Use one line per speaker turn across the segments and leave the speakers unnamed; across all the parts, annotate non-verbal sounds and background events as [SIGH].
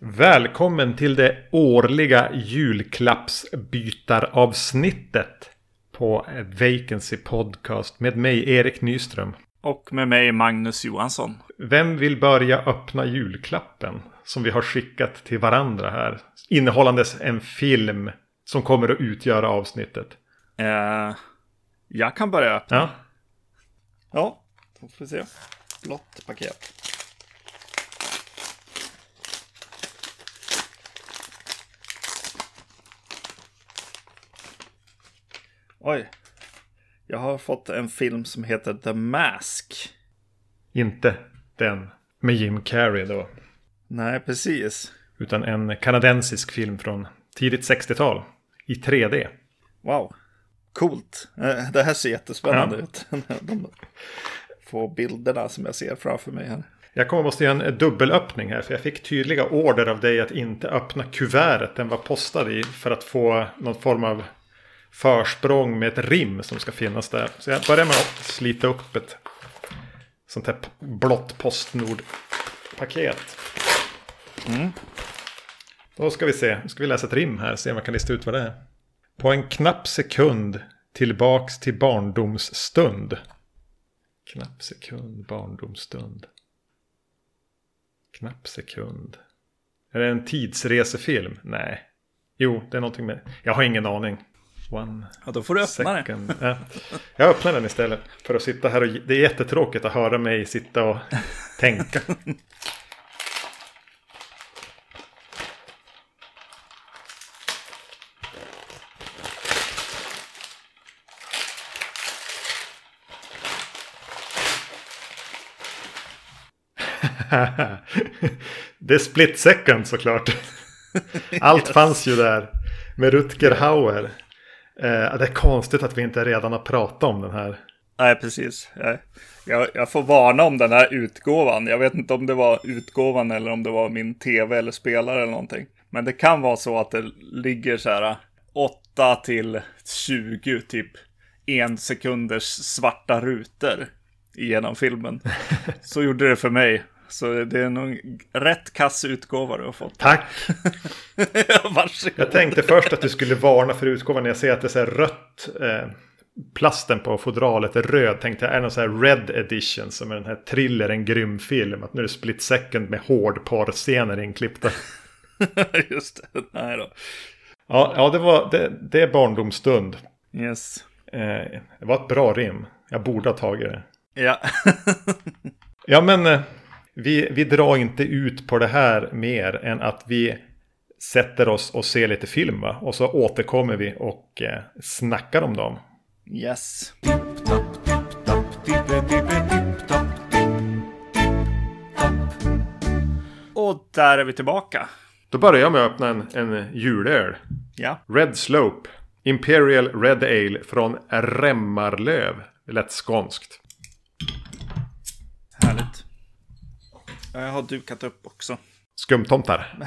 Välkommen till det årliga julklappsbytaravsnittet på Vacancy Podcast med mig Erik Nyström.
Och med mig Magnus Johansson.
Vem vill börja öppna julklappen som vi har skickat till varandra här? Innehållandes en film som kommer att utgöra avsnittet.
Eh, jag kan börja.
Ja,
Ja, då får vi se. Blått paket. Oj. Jag har fått en film som heter The Mask.
inte den med Jim Carrey då.
Nej, precis.
Utan en kanadensisk film från tidigt 60-tal i 3D.
Wow. Coolt. Eh, Det här ser jättespännande ut. [LAUGHS] De få bilderna som jag ser framför mig här.
Jag kommer måste göra en eh, dubbelöppning här för jag fick tydliga order av dig att inte öppna kuvertet den var postad i för att få någon form av försprång med ett rim som ska finnas där. Så jag börjar med att slita upp ett sånt här p- blått Postnord-paket. Då ska vi se, nu ska vi läsa ett rim här se om jag kan lista ut vad det är. På en knapp sekund tillbaks till barndomsstund. Knapp sekund, barndomsstund. Knapp sekund. Är det en tidsresefilm? Nej. Jo, det är någonting med... Jag har ingen aning. One
Ja, då får du öppna det.
second. Ja. Jag öppnar den istället. För att sitta här och... Det är jättetråkigt att höra mig sitta och tänka. [LAUGHS] det är split second såklart. Allt fanns ju där. Med Rutger Hauer. Eh, det är konstigt att vi inte redan har pratat om den här.
Nej, precis. Jag- Jag, jag får varna om den här utgåvan. Jag vet inte om det var utgåvan eller om det var min tv eller spelare eller någonting. Men det kan vara så att det ligger så här 8 till 20 typ en sekunders svarta rutor genom filmen. Så gjorde det för mig. Så det är nog rätt kass utgåva du har fått. [LAUGHS]
Tack!
Varsågod.
Jag tänkte först att du skulle varna för utgåvan när jag ser att det är så här rött. Eh, plasten på fodralet är röd. Tänkte jag, är det någon så här red edition som är den här thriller, en grym film? Att nu är det split second med hårdporrscener inklippta.
[LAUGHS] Just det. Nej då.
Ja, ja det, var, det, det är barndomsstund.
Yes.
Eh, det var ett bra rim. Jag borde ha tagit det.
Ja. [LAUGHS]
Ja, men eh, vi, vi drar inte ut på det här mer än att vi sätter oss och ser lite film, va? Och så återkommer vi och eh, snackar om dem.
Yes. Och där är vi tillbaka.
Då börjar jag med att öppna en, en julöl.
Ja,
Red Slope. Imperial Red Ale från Remmarlöv. Det lät skånskt.
härligt. Jag har dukat upp också.
Skumtomtar.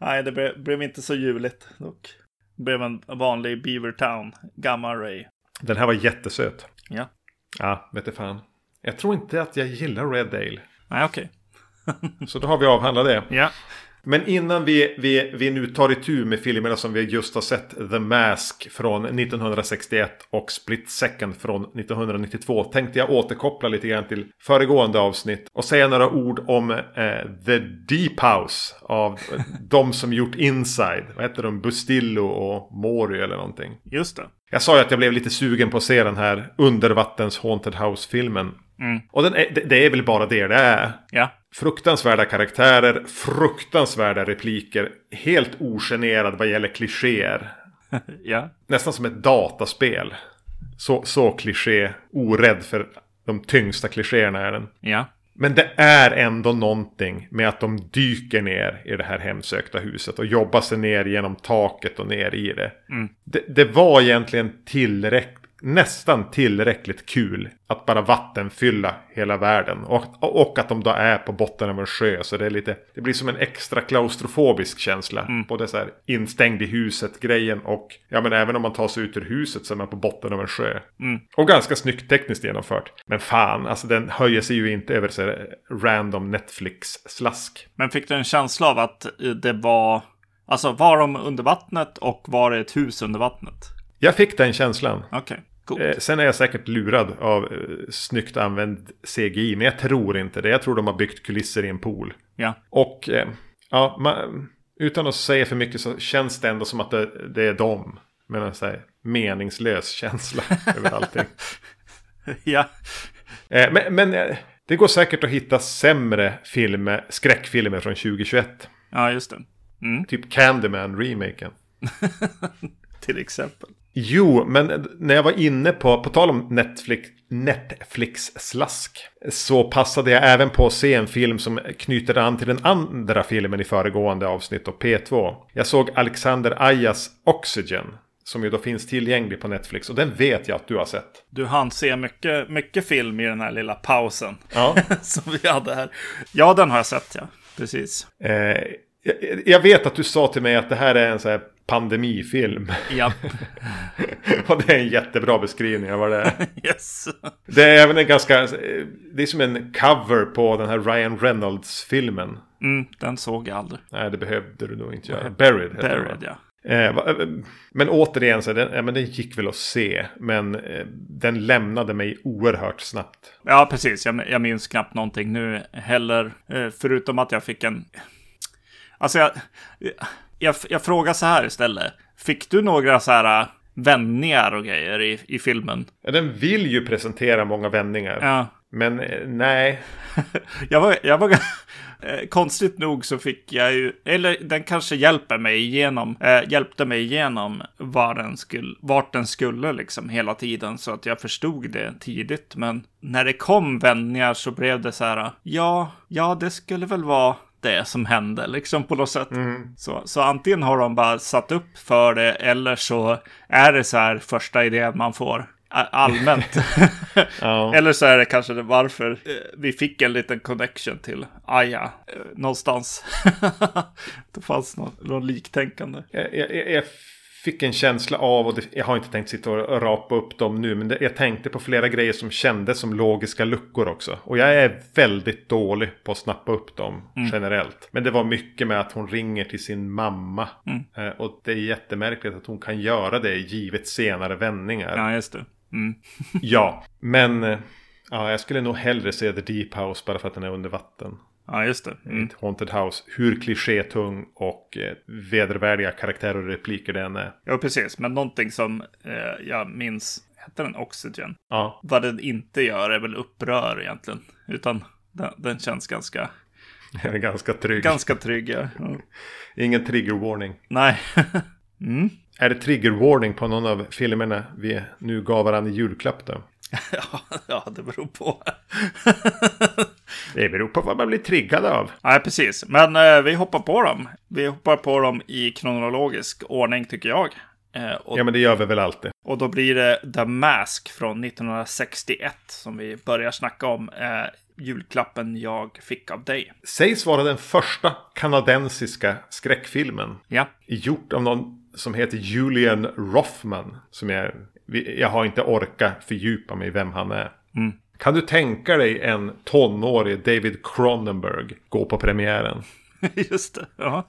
Nej, det blev, blev inte så juligt dock. Det blev en vanlig Beavertown, Gamma Ray.
Den här var jättesöt.
Ja.
Ja, vet du fan. Jag tror inte att jag gillar Red Ale.
Nej, okej.
Så då har vi avhandlat det.
Ja.
Men innan vi, vi, vi nu tar itu med filmerna som vi just har sett The Mask från 1961 och Split Second från 1992 tänkte jag återkoppla lite grann till föregående avsnitt och säga några ord om eh, The Deep House av [LAUGHS] eh, de som gjort Inside. Vad heter de? Bustillo och Mori eller någonting.
Just det.
Jag sa ju att jag blev lite sugen på att se den här undervattens Haunted House-filmen. Och den är, det, det är väl bara det det är.
Ja.
Fruktansvärda karaktärer, fruktansvärda repliker, helt ogenerad vad gäller klichéer.
Ja.
Nästan som ett dataspel. Så, så kliché, orädd för de tyngsta klichéerna är den.
Ja.
Men det är ändå någonting med att de dyker ner i det här hemsökta huset och jobbar sig ner genom taket och ner i det. Det, det var egentligen tillräckligt nästan tillräckligt kul att bara vattenfylla hela världen. Och, och att de då är på botten av en sjö. Så det, är lite, det blir som en extra klaustrofobisk känsla. Både så här instängd i huset-grejen och ja, men även om man tar sig ut ur huset så är man på botten av en sjö. Och ganska snyggt tekniskt genomfört. Men fan, alltså den höjer sig ju inte över så här, random Netflix-slask.
Men fick du en känsla av att eh, det var... Alltså var de under vattnet och var det ett hus under vattnet?
Jag fick den känslan.
Okej, coolt.
Eh, Sen är jag säkert lurad av eh, snyggt använd CGI, men jag tror inte det. Jag tror de har byggt kulisser i en pool.
Ja.
Och eh, ja, man, utan att säga för mycket så känns det ändå som att det, det är dem. Men en så här meningslös känsla [LAUGHS] över allting.
[LAUGHS] ja.
Eh, Men, men eh, det går säkert att hitta sämre filmer, skräckfilmer från 2021.
ja, just det.
Typ Candyman-remaken.
Till exempel.
Jo, men när jag var inne på, på tal om Netflix, Netflix-slask, så passade jag även på att se en film som knyter an till den andra filmen i föregående avsnitt av P2. Jag såg Alexander Ayas Oxygen, som ju då finns tillgänglig på Netflix, och den vet jag att du har sett.
Du hann se mycket, mycket film i den här lilla pausen
Ja.
[LAUGHS] som vi hade här. Ja, den har jag sett, ja. Precis.
[LAUGHS] Eh, jag, jag vet att du sa till mig att det här är en så här pandemifilm. [LAUGHS]
Ja,
och det är en jättebra beskrivning av vad det är.
[LAUGHS] yes.
Det är även en ganska... Det är som en cover på den här Ryan Reynolds-filmen.
Mm, den såg jag aldrig.
Nej, det behövde du nog inte göra. Buried heter den, va?
Buried, ja.
Eh, va- eh, Men återigen, så är den, ja, men den gick väl att se. Men eh, den lämnade mig oerhört snabbt.
Ja, precis. Jag, jag minns knappt någonting nu heller. eh, Förutom att jag fick en... Alltså, jag, jag, jag frågar så här istället. Fick du några så här eh, vändningar och grejer i, i filmen?
Ja, Den vill ju presentera många vändningar.
Ja.
Men eh, nej.
Jag var, jag var [LAUGHS] eh, Konstigt nog så fick jag ju, eller den kanske hjälper mig igenom, eh, hjälpte mig igenom var den skulle, vart den skulle liksom hela tiden så att jag förstod det tidigt. Men när det kom vändningar så blev det så här, ja, ja det skulle väl vara det som hände liksom på något sätt. Så, så antingen har de bara satt upp för det eller så är det så här första idén man får a- allmänt. [LAUGHS]
Ja.
Eller så är det kanske det varför eh, vi fick en liten connection till Aja eh, någonstans. [LAUGHS] det fanns någon, någon liktänkande.
Jag, jag, jag fick en känsla av, och det, jag har inte tänkt sitta och rapa upp dem nu, men det, jag tänkte på flera grejer som kändes som logiska luckor också. Och jag är väldigt dålig på att snappa upp dem generellt. Men det var mycket med att hon ringer till sin mamma. Eh, Och det är jättemärkligt att hon kan göra det givet senare vändningar. Ja,
Ja, just det. Mm.
men eh, ja, jag skulle nog hellre se The Deep House bara för att den är under vatten.
Ja, just det. Mm.
Ett Haunted House, hur klichétung och eh, vedervärdiga karaktärer och repliker den är.
Ja, precis. Men någonting som eh, jag minns, hette den Oxygen?
Ja,
Vad den inte gör är väl upprör egentligen. Utan den, den känns ganska,
[LAUGHS] Jag är ganska trygg.
ganska trygg. [LAUGHS] Ja. Ja.
Ingen trigger warning.
Nej. [LAUGHS]
Är det trigger warning på någon av filmerna vi nu gav varandra i julklapp då?
ja, ja, det beror på. [LAUGHS]
Det beror på vad man blir triggad av.
Nej, precis. Men eh, vi hoppar på dem. Vi hoppar på dem i kronologisk ordning, tycker jag. Eh, och,
Ja men det gör vi väl alltid.
och då blir det The Mask från 1961 som vi börjar snacka om. Eh, julklappen jag fick av dig.
Sägs vara den första kanadensiska skräckfilmen.
Ja,
Gjort av någon som heter Julian Roffman. Som jag, vi- jag har inte orkat fördjupa mig i vem han är. Kan du tänka dig en tonårig David Cronenberg gå på premiären?
[LAUGHS] just det. Ja.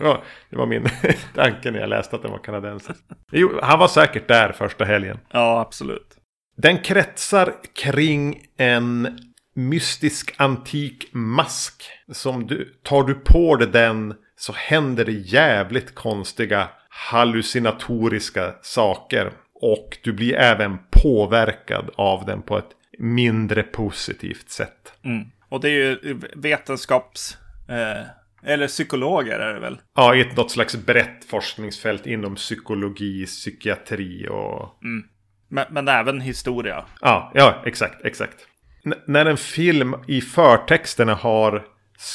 Ja, det var min [LAUGHS] tanke när jag läste att den var kanadensisk. Jo, han var säkert där första helgen.
ja, absolut.
Den kretsar kring en mystisk antik mask. Som du, tar du på dig den så händer det jävligt konstiga hallucinatoriska saker. Och du blir även påverkad av den på ett mindre positivt sätt.
Och det är ju vetenskaps... Eh, eller psykologer är det väl?
Ja, i ett något slags brett forskningsfält inom psykologi, psykiatri och
Men, men även historia.
Ja, ja exakt, exakt. N- när en film i förtexterna har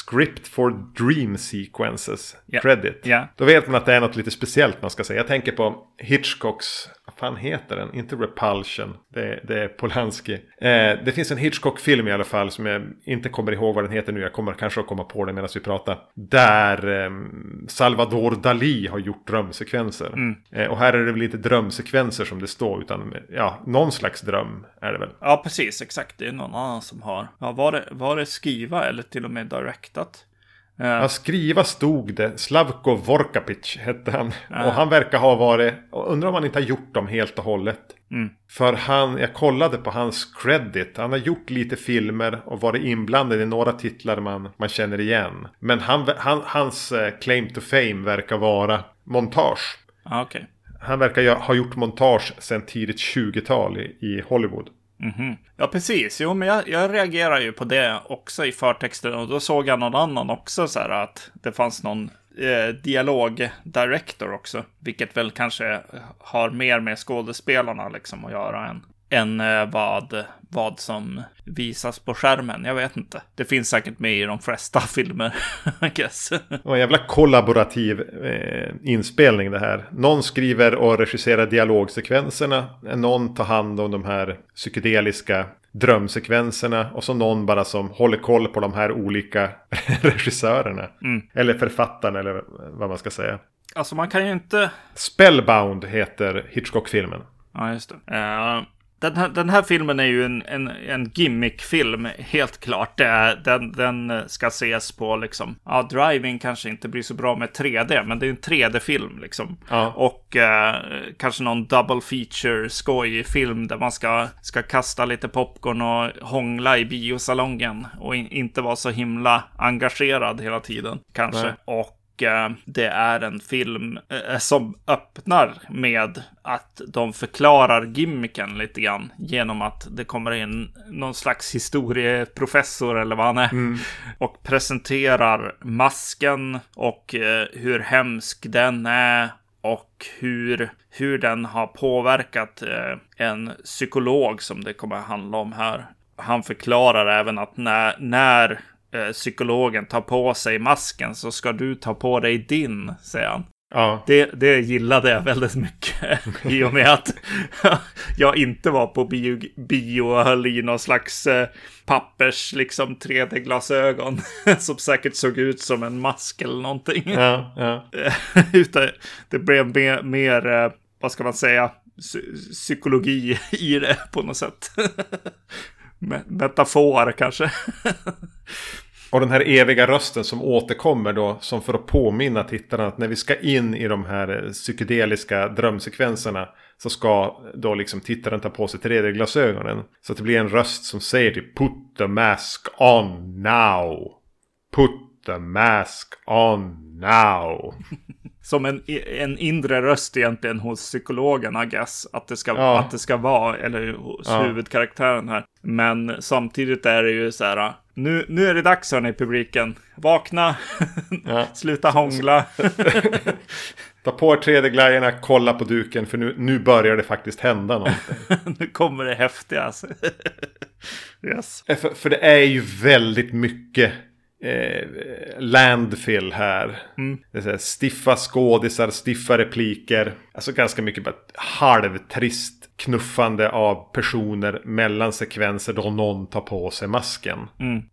Script for Dream Sequences
Ja.
credit.
Ja.
Då vet man att det är något lite speciellt man ska säga. Jag tänker på Hitchcocks vad fan heter den? Inte Repulsion. Det, det är Polanski. Eh, det finns en Hitchcock-film i alla fall som jag inte kommer ihåg vad den heter nu. Jag kommer kanske att komma på den medan vi pratar. Där eh, Salvador Dalí har gjort drömsekvenser. Eh, och här är det väl inte drömsekvenser som det står utan ja, någon slags dröm är det väl.
Ja, precis. Exakt. Det är någon annan som har. Ja, var det, var det skriva eller till och med directat?
Ja, skriva stod det. Slavko Vorkapic hette han. Och han verkar ha varit, och undrar om han inte har gjort dem helt och hållet. För han, jag kollade på hans credit. Han har gjort lite filmer och varit inblandad i några titlar man, man känner igen. Men han, han, hans eh, claim to fame verkar vara montage.
Ja, okej.
Han verkar ju ha gjort montage sedan tidigt 20-tal i, i Hollywood.
Ja, precis. Jo, men jag, jag reagerar ju på det också i förtexten. Och då såg jag någon annan också så här att det fanns någon eh, dialogdirektor också. Vilket väl kanske har mer med skådespelarna liksom att göra än, än eh, vad, vad som visas på skärmen. Jag vet inte. Det finns säkert med i de flesta [LAUGHS] filmer, I guess.
Det var en jävla kollaborativ eh, inspelning det här. Någon skriver och regisserar dialogsekvenserna. Någon tar hand om de här psykedeliska drömsekvenserna. Och så någon bara som håller koll på de här olika [LAUGHS] regissörerna. Eller författarna eller vad man ska säga.
Alltså, man kan ju inte...
Spellbound heter Hitchcock-filmen.
Ja, just det. Eh, den, här, den här filmen är ju en, en, en gimmickfilm, helt klart. Det är- Den, den ska ses på liksom... Ja, driving kanske inte blir så bra med 3D, men det är en 3D-film liksom.
Ja.
Och eh, kanske någon double feature skojig film där man ska, ska kasta lite popcorn och hångla i biosalongen. Och in, inte vara så himla engagerad hela tiden, kanske.
Nej.
Och och eh, det är en film eh, som öppnar med att de förklarar gimmicken lite grann genom att det kommer in någon slags historieprofessor eller vad han är och presenterar masken och eh, hur hemsk den är och hur, hur den har påverkat eh, en psykolog som det kommer att handla om här. Han förklarar även att när, när eh, psykologen tar på sig masken så ska du ta på dig din, säger han.
Ja.
Det, det gillade jag väldigt mycket [LAUGHS] i och med att jag inte var på bio, bio och höll i någon slags eh, pappers, liksom 3D-glasögon [LAUGHS] som säkert såg ut som en mask eller någonting.
Ja, ja.
[LAUGHS] Utan det blev mer, mer eh, vad ska man säga, psy- psykologi i det på något sätt. [LAUGHS] Me- Metafor kanske. [LAUGHS]
Och den här eviga rösten som återkommer då, som för att påminna tittarna att när vi ska in i de här eh, psykedeliska drömsekvenserna så ska då liksom tittaren ta på sig 3D-glasögonen. Så att det blir en röst som säger typ Put the mask on now. Put the mask on now.
som en, en inre röst egentligen hos psykologen, I guess. Att det ska,
Ja.
att det ska vara, eller hos
Ja.
huvudkaraktären här. Men samtidigt är det ju så här, nu, nu är det dags hörni publiken. Vakna,
Ja.
[LAUGHS]
[LAUGHS]
sluta hångla.
Ta på er 3D-glajjorna, kolla på duken för nu, nu börjar det faktiskt hända något.
nu kommer det häftiga. [LAUGHS] Alltså. yes.
Eh, För, för det är ju väldigt mycket eh, landfill här. Det är så här, stiffa skådisar, stiffa repliker. Alltså ganska mycket bara halvtrist knuffande av personer mellan sekvenser då någon tar på sig masken.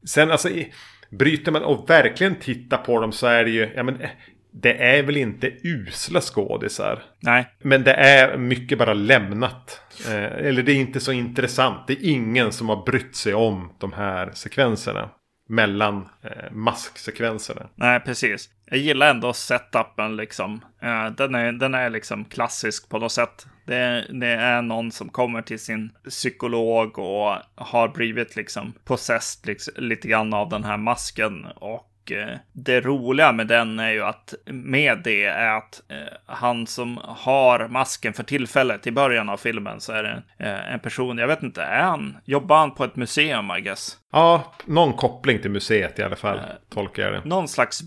Sen alltså i, bryter man och verkligen tittar på dem så är det ju, ja men eh, det är väl inte usla skådisar.
Nej,
Men det är mycket bara lämnat. Eh, eller det är inte så intressant. Det är ingen som har brytt sig om de här sekvenserna. Mellan eh, masksekvenserna.
Nej, precis. Jag gillar ändå setupen liksom. Eh, Den är, den är liksom klassisk på något sätt. Det är, det är någon som kommer till sin psykolog och har blivit liksom possessed liksom, lite grann av den här masken. Och eh, det roliga med den är ju att med det är att eh, han som har masken för tillfället i början av filmen så är det eh, en person, jag vet inte, är han, jobbar han på ett museum I guess?
Ja, någon koppling till museet i alla fall. Tolkar jag det.
någon slags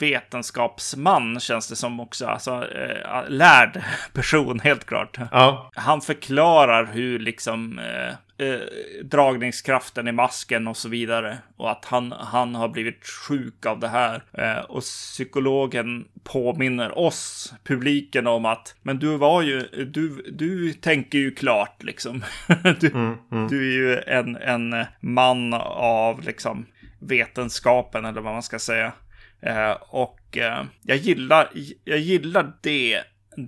vetenskapsman känns det som också. Alltså, eh, lärd person [LAUGHS] helt klart.
Ja,
Han förklarar hur liksom eh, eh, dragningskraften i masken och så vidare. Och att han, han har blivit sjuk av det här. Eh, och psykologen påminner oss, publiken, om att men du var ju, du, du tänker ju klart liksom. [LAUGHS] du, du är ju en, en man av liksom vetenskapen eller vad man ska säga. Eh, och eh, jag, gillar, jag gillar det,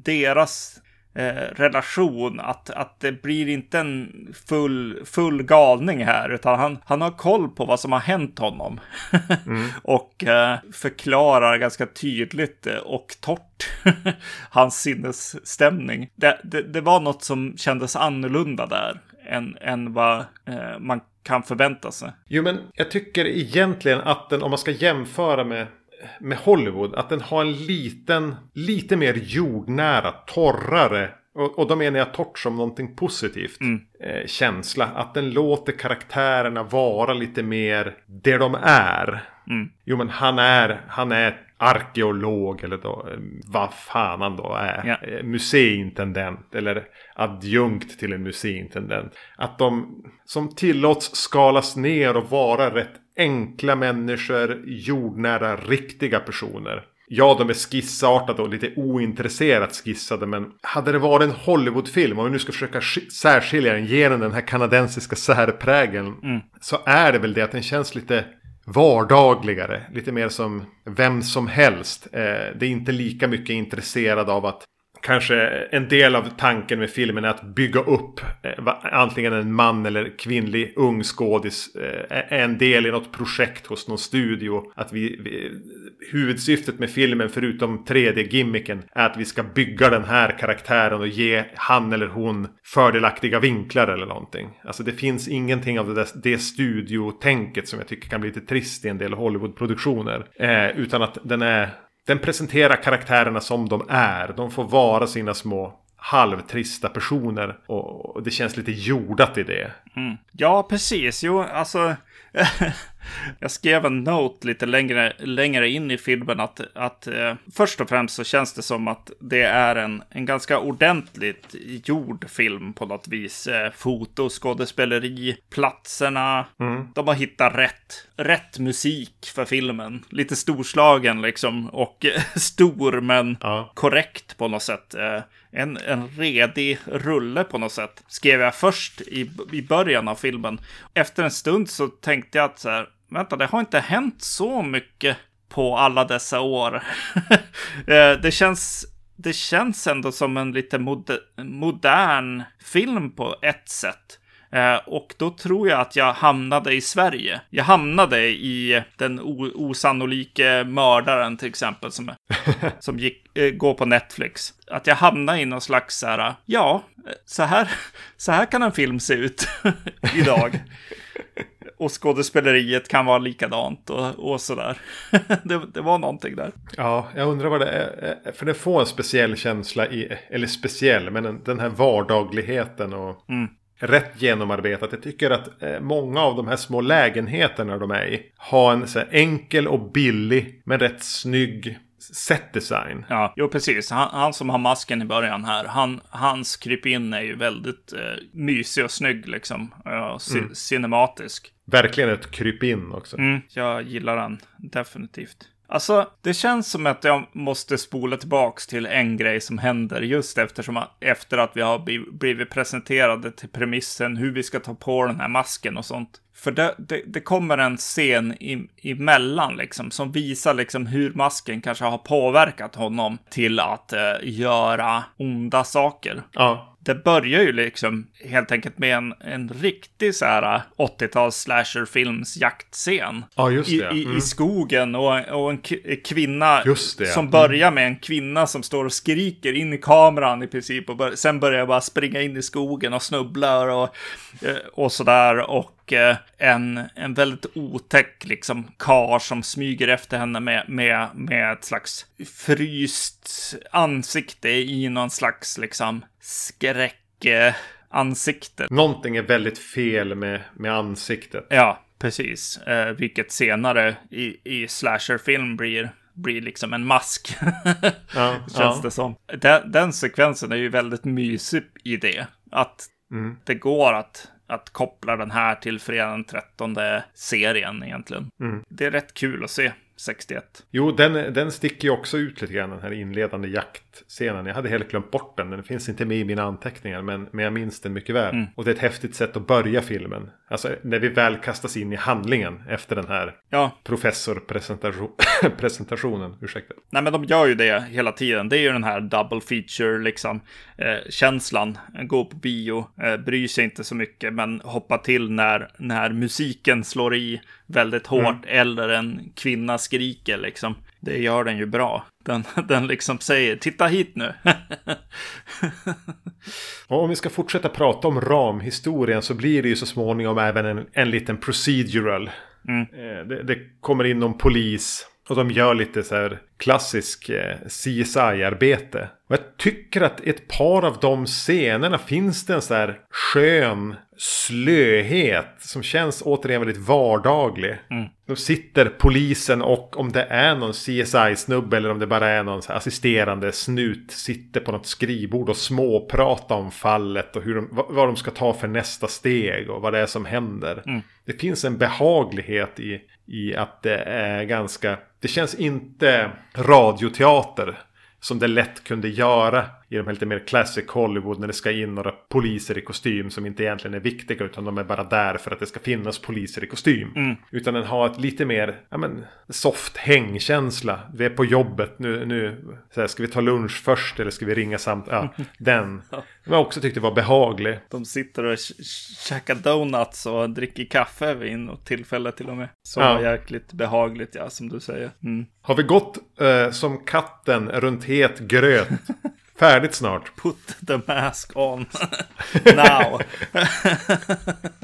deras eh, relation, att, att det blir inte en full, full galning här, utan han, han har koll på vad som har hänt honom. [LAUGHS] och eh, förklarar ganska tydligt eh, och torrt [LAUGHS] hans sinnesstämning. Det, det, det var något som kändes annorlunda där än, än vad eh, man kan förvänta sig.
Jo men jag tycker egentligen att den, om man ska jämföra med, med Hollywood, att den har en liten, lite mer jordnära, torrare, och, och då menar jag torrt som någonting positivt, eh, känsla. Att den låter karaktärerna vara lite mer det de är. Jo men han är, han är arkeolog eller då, eh, vad fan han då är.
Ja.
Eh, museiintendent eller adjunkt till en museiintendent. Att de som tillåts skalas ner och vara rätt enkla människor, jordnära, riktiga personer. Ja, de är skissartade och lite ointresserat skissade, men hade det varit en Hollywoodfilm, om vi nu ska försöka sk- särskilja den genom den här kanadensiska särprägeln, så är det väl det att den känns lite vardagligare, lite mer som vem som helst. Eh, det är inte lika mycket intresserad av att Kanske en del av tanken med filmen är att bygga upp eh, va- antingen en man eller kvinnlig ung skådis. eh, är en del i något projekt hos någon studio. Att vi, vi, huvudsyftet med filmen, förutom 3D-gimmicken, är att vi ska bygga den här karaktären och ge han eller hon fördelaktiga vinklar eller någonting. Alltså det finns ingenting av det, där, det studiotänket som jag tycker kan bli lite trist i en del Hollywood-produktioner. Eh, utan att den är... Den presenterar karaktärerna som de är. De får vara sina små halvtrista personer. Och och det känns lite jordat i det.
Ja, precis. Jo, alltså. [LAUGHS] jag skrev en note lite längre, längre in i filmen att, att eh, först och främst så känns det som att det är en, en ganska ordentligt gjord film på något vis. Eh, foto, skådespeleri, platserna. De har hittat rätt, rätt musik för filmen. Lite storslagen liksom och [LAUGHS] stor men
Ja.
korrekt på något sätt. Eh, En, en redig rulle på något sätt. Skrev jag först i, i början av filmen. Efter en stund så tänkte jag att så här, vänta, det har inte hänt så mycket på alla dessa år. [LAUGHS] Eh, det känns det känns ändå som en lite moder, modern film på ett sätt. Eh, och då tror jag att jag hamnade i Sverige. Jag hamnade i den o- osannolike mördaren till exempel som, som gick, eh, går på Netflix. Att jag hamnade i någon slags så här, ja, eh, så här, [LAUGHS] så här kan en film se ut [LAUGHS] idag. och skådespeleriet kan vara likadant och, och sådär. [LAUGHS] det, det var någonting där.
Ja, jag undrar vad det är. eh, För det får en speciell känsla i, eller speciell, men den- den här vardagligheten och
Mm.
rätt genomarbetat. Jag tycker att eh, många av de här små lägenheterna de är i har en så här enkel och billig, men rätt snygg setdesign.
Ja, jo precis. Han, han som har masken i början här, han, hans krypin är ju väldigt eh, mysig och snygg liksom. Ja, ci- Cinematisk.
Verkligen ett krypin också.
Mm, jag gillar den, definitivt. Alltså, det känns som att jag måste spola tillbaks till en grej som händer just eftersom, efter att vi har bli- blivit presenterade till premissen hur vi ska ta på den här masken och sånt. För det, det, det kommer en scen i, emellan liksom som visar liksom hur masken kanske har påverkat honom till att eh, göra onda saker.
Ja,
Det börjar ju liksom helt enkelt med en, en riktig så här 80-tals slasherfilms jaktscen.
ja just
I,
det.
i,
Mm.
I skogen och, och en k- eh, kvinna
Just det, Mm. ja.
som börjar med en kvinna som står och skriker in i kameran i princip. Och bör, sen börjar jag bara springa in i skogen och snubblar och, eh, och sådär. Och eh, en, en väldigt otäck liksom kar som smyger efter henne med, med, med ett slags fryst ansikte i någon slags liksom skräck eh, ansikte.
Någonting är väldigt fel med, med ansiktet.
Ja, precis. Eh, vilket senare i, i slasherfilm blir, blir liksom en mask. [LAUGHS]
Ja,
Känns
ja.
det som.
Mm.
Den, den sekvensen är ju väldigt mysig i det. Att det går att Att koppla den här till fredag den 13 serien egentligen.
Mm.
Det är rätt kul att se 61.
Jo, den, den sticker ju också ut lite grann, den här inledande jaktscenen. Jag hade helt glömt bort den, den finns inte med i mina anteckningar, men, men jag minns den mycket väl. Och det är ett häftigt sätt att börja filmen. Alltså när vi väl kastas in i handlingen efter den här
Ja,
[LAUGHS] professorpresentationen. Ursäkta.
Nej men de gör ju det hela tiden. Det är ju den här double feature liksom. Eh, känslan. Gå på bio, eh, bry sig inte så mycket men hoppa till när, när musiken slår i väldigt hårt eller en kvinna skriker liksom. Det gör den ju bra. Den, [LAUGHS] den liksom säger titta hit nu. [LAUGHS]
Och om vi ska fortsätta prata om ramhistorien så blir det ju så småningom även en, en liten procedural. Eh, Det, det kommer in någon polis och de gör lite så här klassisk eh, CSI-arbete. Och jag tycker att i ett par av de scenerna finns det en så här skön slöhet som känns återigen väldigt vardaglig. Då sitter polisen och om det är någon CSI-snubbe eller om det bara är någon så här assisterande snut sitter på något skrivbord och småpratar om fallet och hur de, vad, vad de ska ta för nästa steg och vad det är som händer. Det finns en behaglighet i, i att det är ganska... Det känns inte radioteater som det lätt kunde göra i de här lite mer classic Hollywood när det ska in några poliser i kostym som inte egentligen är viktiga utan de är bara där för att det ska finnas poliser i kostym. Utan den har ett lite mer ja, men, soft hängkänsla. Vi är på jobbet nu, nu så här, ska vi ta lunch först eller ska vi ringa samt... Ja, den. Som jag också tyckte var behaglig.
De sitter och k- käkar donuts och dricker kaffe vid något tillfälle till och med. Så
Ja.
jäkligt behagligt ja, som du säger. Mm.
Har vi gått eh, som katten runt het [LAUGHS] gröt? Färdigt snart.
Put the mask on [LAUGHS] now. [LAUGHS]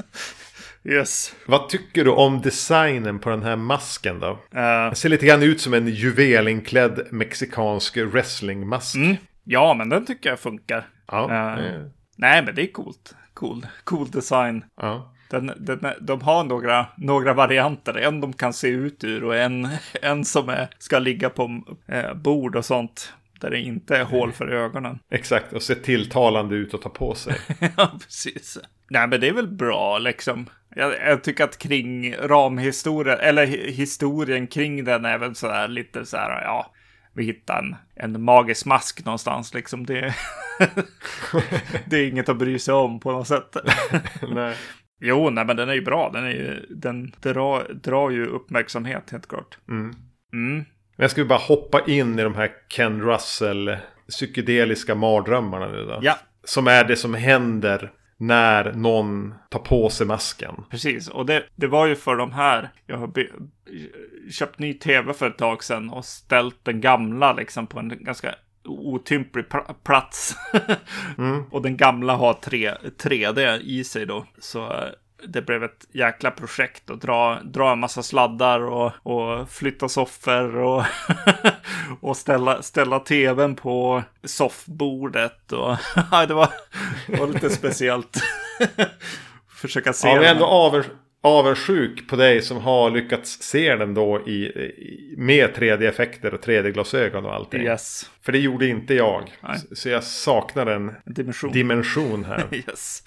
yes.
Vad tycker du om designen på den här masken då?
Eh,
Den ser lite grann ut som en juvelinklädd mexikansk wrestlingmask.
ja, men den tycker jag funkar.
Mm. Ja,
Eh,
eh,
Nej, men det är coolt. Cool, cool design.
ja.
Den, den, är- de har några, några varianter. En de kan se ut ur och en, en som är, ska ligga på eh, bord och sånt. Där det inte är hål för ögonen.
Exakt, och ser tilltalande ut att ta på sig.
[LAUGHS] ja, precis. Nej, men det är väl bra liksom. Jag, jag tycker att kring ramhistorien, eller hi- historien kring den är väl sådär lite så här, ja, vi hittar en, en magisk mask någonstans liksom. Det, [LAUGHS] det är inget att bry sig om på något sätt.
[LAUGHS] Nej.
jo, nej, men den är ju bra. Den, är ju, den drar, drar ju uppmärksamhet helt klart. Mm.
Men jag ska ju bara hoppa in i de här Ken Russell psykedeliska mardrömmarna nu då.
Ja,
Som är det som händer när någon tar på sig masken.
Precis, och det, det var ju för de här. Jag har be, köpt ny tv för ett tag sedan och ställt den gamla liksom på en ganska otymplig pr- plats. [LAUGHS]
Mm.
Och den gamla har 3, 3D i sig då. Så eh, det blev ett jäkla projekt att dra, dra en massa sladdar och, och flytta soffor och, [LAUGHS] och ställa, ställa tvn på soffbordet. Och, [LAUGHS] ja, det, var, det var lite speciellt. [LAUGHS] Försöka se
Ja, men jag
den
är
här.
ändå avunds avundsjuk på dig som har lyckats se den då i, i, med 3D-effekter och 3D-glasögon och allting.
Yes.
För det gjorde inte jag.
Nej.
Så- Så jag saknar en
Dimension.
dimension här. [LAUGHS]
[LAUGHS] yes.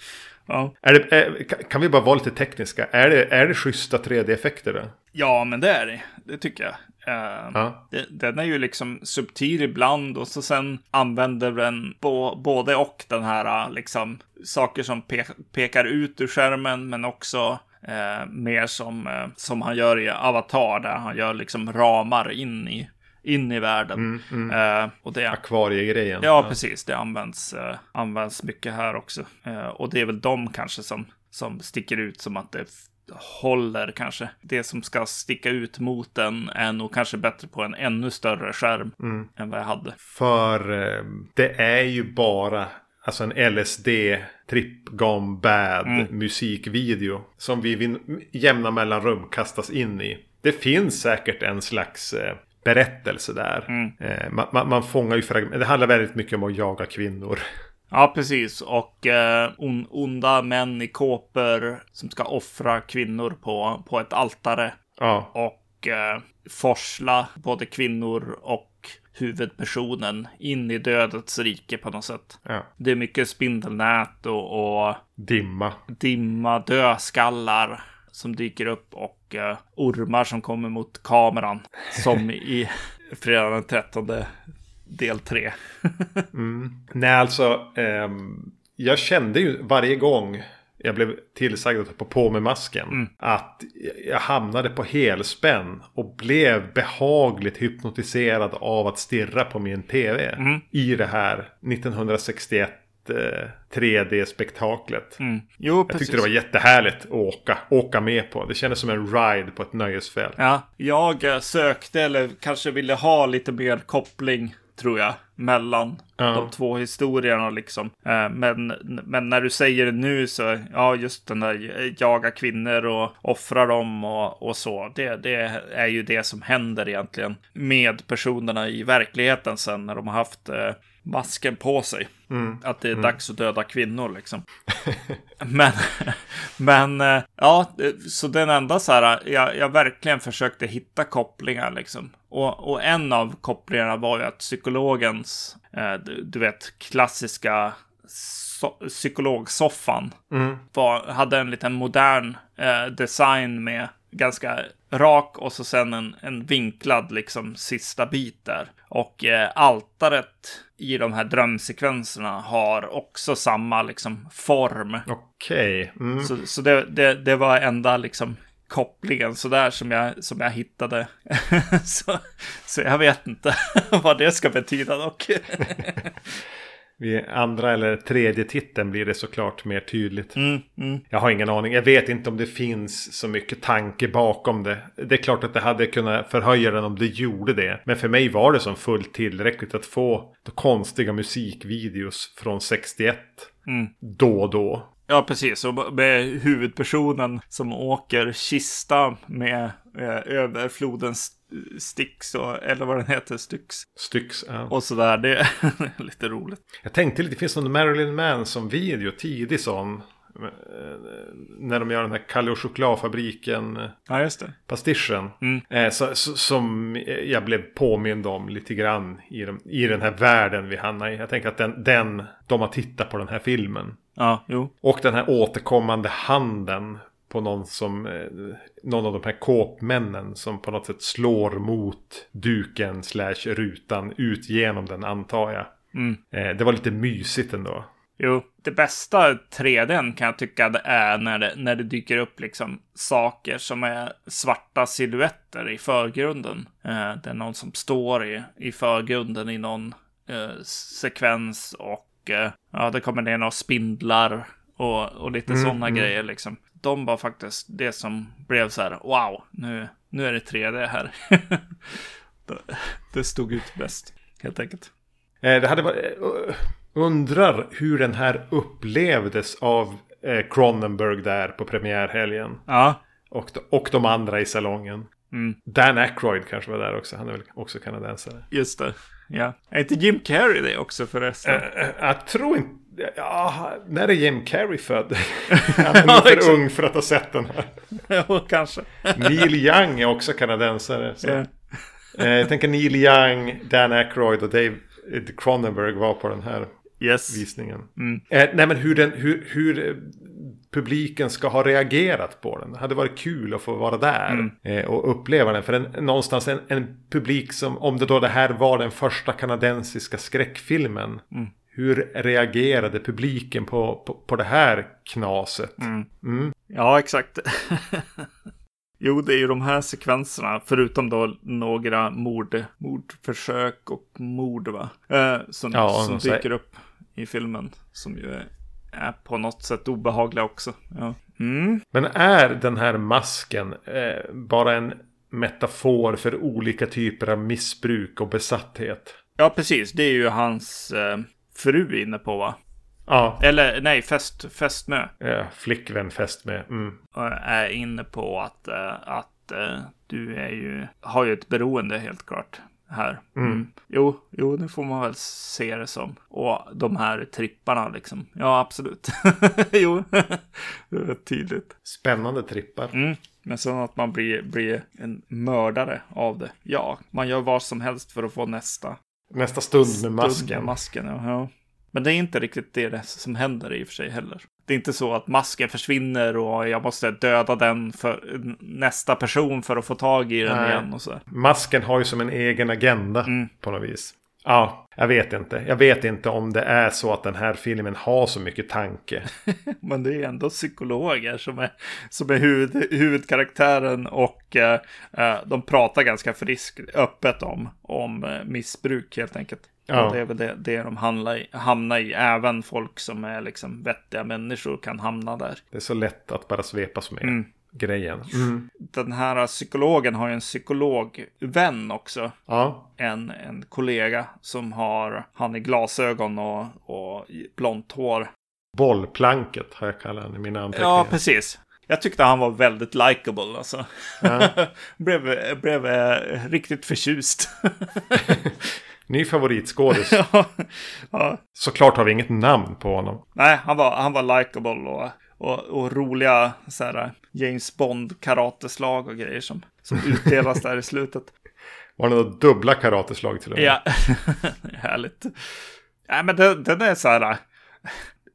Ja.
är det, är, ka- kan vi bara vara lite tekniska? Är det, är det schyssta 3D-effekter? då?
ja, men det är det. Det tycker jag. Eh,
Ja.
det- Den är ju liksom subtil ibland och så sen använder den bo- både och den här eh, liksom saker som pe- pekar ut ur skärmen men också eh, mer som, eh, som han gör i Avatar där han gör liksom ramar in i, in i världen. Eh, och det,
Akvariegrejen.
Ja, precis. Det används, eh, används mycket här också. Eh, och det är väl de kanske som, som sticker ut som att det f- håller kanske. Det som ska sticka ut mot den är nog kanske bättre på en ännu större skärm än vad jag hade.
För eh, det är ju bara alltså en LSD trip gone bad musikvideo. Som vi vid jämna mellanrum kastas in i. Det finns säkert en slags eh, berättelse där. Eh, man, man, man fångar ju fragment. Det handlar väldigt mycket om att jaga kvinnor.
Ja, precis. Och eh, on, onda män i kåpor som ska offra kvinnor på, på ett altare.
Ja,
och eh, forsla både kvinnor och huvudpersonen in i dödets rike på något sätt.
Ja.
Det är mycket spindelnät och, och
Dimma.
dimma, dödskallar som dyker upp och eh, ormar som kommer mot kameran.
[LAUGHS]
Som i fredag den 13 del 3.
Nej, alltså. ehm, jag kände ju varje gång jag blev tillsagd att hoppa på med masken.
Mm.
Att jag hamnade på helspänn. Och blev behagligt hypnotiserad av att stirra på min tv.
Mm.
I det här 1961 eh, 3D-spektaklet.
Jo,
Jag
Mm. precis.
tyckte det var jättehärligt att åka, åka med på. Det kändes som en ride på ett nöjesfält.
Ja, jag eh, sökte eller kanske ville ha lite mer koppling tror jag mellan
Ja.
de två historierna liksom. Eh, Men, men när du säger det nu så, ja just den där eh, jaga kvinnor och offra dem och, och så. Det, det är ju det som händer egentligen med personerna i verkligheten sen när de har haft eh, masken på sig. Att det är dags att döda kvinnor liksom. Men, [LAUGHS] men eh, ja, eh, så den enda så här, eh, jag, jag verkligen försökte hitta kopplingar liksom. Och, och en av kopplingarna var ju att psykologens, eh, du, du vet, klassiska so- psykologsoffan var, hade en liten modern eh, design med ganska rak och så sen en, en vinklad liksom sista bit där. Och eh, altaret i de här drömsekvenserna har också samma liksom form.
Okej. Mm.
Så, så det, det, det var enda liksom kopplingen sådär som jag, som jag hittade. [LAUGHS] så, så jag vet inte [LAUGHS] vad det ska betyda dock. [LAUGHS]
Vid andra eller tredje titeln blir det såklart mer tydligt. Jag har ingen aning. Jag vet inte om det finns så mycket tanke bakom det. Det är klart att det hade kunnat förhöja den om det gjorde det. Men för mig var det som fullt tillräckligt att få konstiga musikvideos från 61. Då och då.
Ja, precis. Och med huvudpersonen som åker kista med eh, över floden St- Styx, och, eller vad den heter, Styx.
Styx. Ja.
Och sådär, det är [LAUGHS] lite roligt.
Jag tänkte lite, det finns någon Marilyn Manson-video, tidig sån. eh, När de gör den här Kalle och chokladfabriken. eh,
Ja, just det.
pastischen. Eh, så, så, som eh, jag blev påmind om lite grann i, de, i den här världen vi hamnar i. Jag tänker att den, den, de har tittat på den här filmen.
Ja, jo.
Och den här återkommande handen på någon som, eh, någon av de här kåpmännen som på något sätt slår mot duken slash rutan ut genom den antar jag. Eh, det var lite mysigt ändå.
Jo, det bästa 3Dn kan jag tycka det är när det, när det dyker upp liksom saker som är svarta silhuetter i förgrunden. Eh, det är någon som står i, i förgrunden i någon eh, sekvens och eh, ja, det kommer ner några spindlar och, och lite sådana grejer liksom. De var faktiskt det som blev så här, wow, nu, nu är det 3D här. [LAUGHS] Det- det stod ut bäst, helt enkelt.
Eh, Det hade varit... eh, Undrar hur den här upplevdes av eh, Cronenberg där på premiärhelgen.
Ja,
Och, de- och de andra i salongen. Dan Aykroyd kanske var där också. Han är väl också kanadensare.
Just det. Ja. Är inte Jim Carrey det också förresten?
[LAUGHS] Eh, Jag tror inte... Ja, när är Jim Carrey född? Han är nog för ung för att ha sett den här.
Jo, kanske.
Neil Young är också kanadensare. Så.
Ja.
Eh, Jag tänker Neil Young, Dan Aykroyd och Dave eh, Cronenberg var på den här
Yes.
visningen. Eh, nej men hur, den, hur, hur eh, publiken ska ha reagerat på den. Det hade varit kul att få vara där eh, och uppleva den. För en, någonstans en, en publik som, om det då det här var den första kanadensiska skräckfilmen. Hur reagerade publiken på, på, på det här knaset?
Ja, exakt. [LAUGHS] jo, det är ju de här sekvenserna, förutom då några mord, mordförsök och mord, va? Eh, som
Ja,
som
någon så här-
dyker upp i filmen, som ju är, är på något sätt obehagliga också. Ja. Mm.
Men är den här masken eh, bara en metafor för olika typer av missbruk och besatthet?
ja, precis. Det är ju hans eh, fru inne på, va?
Ja,
Eller nej, fest, fästmö.
eh, flickvän fäst med. Mm.
eh, är inne på att, eh, att eh, du är ju, har ju ett beroende helt klart här. Mm. Jo, jo, det får man väl se det som. Och de här tripparna liksom. Ja, absolut. [LAUGHS] jo, det är rätt tydligt.
Spännande trippar.
Mm. Men sen att man blir, blir en mördare av det. Ja, man gör vad som helst för att få nästa.
Nästa stund med
Stund-
masken.
masken ja, ja. Men det är inte riktigt det som händer i och för sig heller. Det är inte så att masken försvinner och jag måste döda den för nästa person för att få tag i den
Nej.
igen och så. där.
Masken har ju som en egen agenda
Mm.
på något vis. Ja, jag vet inte. Jag vet inte om det är så att den här filmen har så mycket tanke.
Men det är ändå psykologer som är, som är huvud, huvudkaraktären och eh, eh, de pratar ganska friskt, öppet om, om eh, missbruk helt enkelt.
Ja.
Och det är väl det, det de hamnar i, hamnar i. Även folk som är liksom vettiga människor kan hamna där.
Det är så lätt att bara svepas med
Mm.
grejen. Mm.
Den här psykologen har ju en psykologvän också.
Ja,
En, en kollega som har, han är glasögon och, och blont hår.
bollplanket har jag kallat den i mina anteckningar.
Ja, precis. Jag tyckte han var väldigt likable alltså. [LAUGHS] blev, blev eh, riktigt förtjust.
Ny favoritskådis.
ja. Ja.
Såklart har vi inget namn på honom.
Nej, han var, han var likable och, och, och roliga så här, James Bond karateslag och grejer som, som utdelas där i slutet.
Var det några dubbla karateslag till och med?
Ja, [LAUGHS] härligt. Nej, men den, den är så här.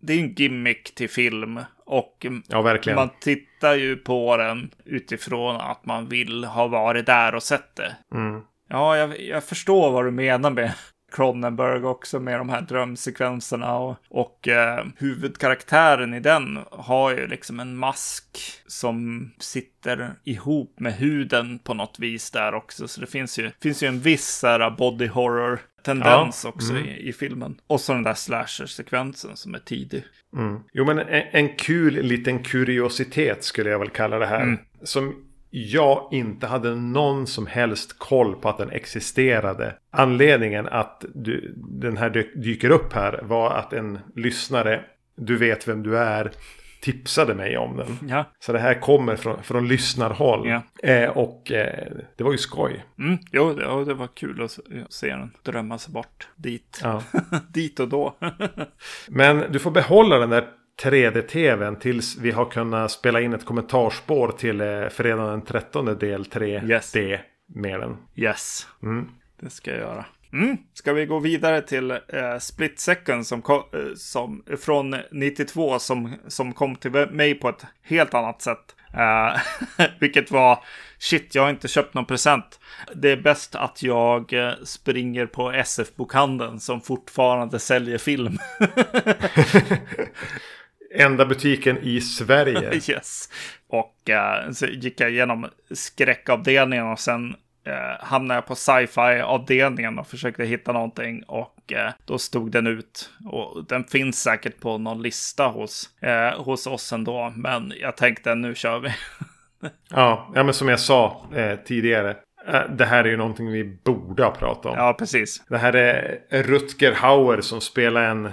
Det är en gimmick till film och
Ja, verkligen.
man tittar ju på den utifrån att man vill ha varit där och sett det.
Mm.
Ja, jag, jag förstår vad du menar med [LAUGHS] Cronenberg också med de här drömsekvenserna och, och eh, huvudkaraktären i den har ju liksom en mask som sitter ihop med huden på något vis där också. Så det finns ju, finns ju en viss så här body horror tendens också
Mm.
i, i filmen. Och så den där slasher-sekvensen som är tidig.
Mm. Jo, men en, en kul liten kuriositet skulle jag väl kalla det
Mm.
här. Som jag inte hade någon som helst koll på att den existerade. Anledningen att du, den här dy- dyker upp här var att en lyssnare, du vet vem du är, tipsade mig om den.
Ja,
Så det här kommer från, från lyssnarhåll.
Ja.
Eh, och eh, det var ju skoj.
mm, jo, det, ja, det var kul att se- se den drömma sig bort dit.
Ja.
[LAUGHS] dit och då. [LAUGHS]
Men du får behålla den där 3D-tvn tills vi har kunnat spela in ett kommentarspår till eh, fredagen den 13 del 3D
Yes.
med den. [LAUGHS]
yes.
Mm.
Det ska jag göra. Mm. Ska vi gå vidare till eh, Split Second som kom, eh, som, från 92 som, som kom till mig på ett helt annat sätt. Eh, [LAUGHS] vilket var shit, jag har inte köpt någon present. Det är bäst att jag eh, springer på SF-bokhandeln som fortfarande
[LAUGHS]
säljer film. [LAUGHS]
Enda butiken i Sverige.
[LAUGHS] Yes. Och eh, så gick jag igenom skräckavdelningen och sen eh, hamnade jag på sci-fi avdelningen och försökte hitta någonting och eh, då stod den ut. Och den finns säkert på någon lista hos, eh, hos oss ändå, men jag tänkte nu kör vi. [LAUGHS]
ja, ja, men som jag sa eh, tidigare. eh, Det här är ju någonting vi borde ha pratat om.
ja, precis.
Det här är Rutger Hauer som spelar en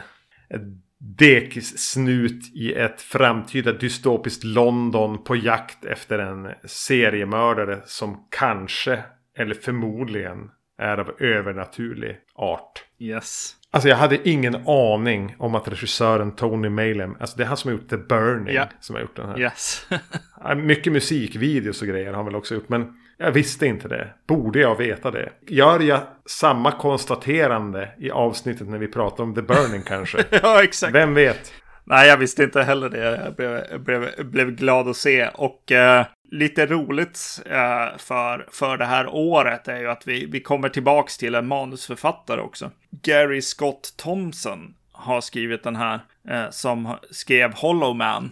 en dekissnut i ett framtida dystopiskt London på jakt efter en seriemördare som kanske, eller förmodligen, är av övernaturlig art.
Yes.
Alltså jag hade ingen aning om att regissören Tony Malem, alltså det är han som har gjort The Burning,
Ja.
som har gjort den här.
Yes. [LAUGHS]
Ja, Mycket musikvideos och grejer har han väl också gjort. Men jag visste inte det. Borde jag veta det? Gör jag samma konstaterande i avsnittet när vi pratar om The Burning kanske?
ja, exakt.
Vem vet? [LAUGHS]
Nej, jag visste inte heller det. Jag blev, jag blev, jag blev glad att se. Och eh, lite roligt eh, för, för det här året är ju att vi, vi kommer tillbaks till en manusförfattare också. Gary Scott Thompson har skrivit den här eh, som skrev Hollow Man.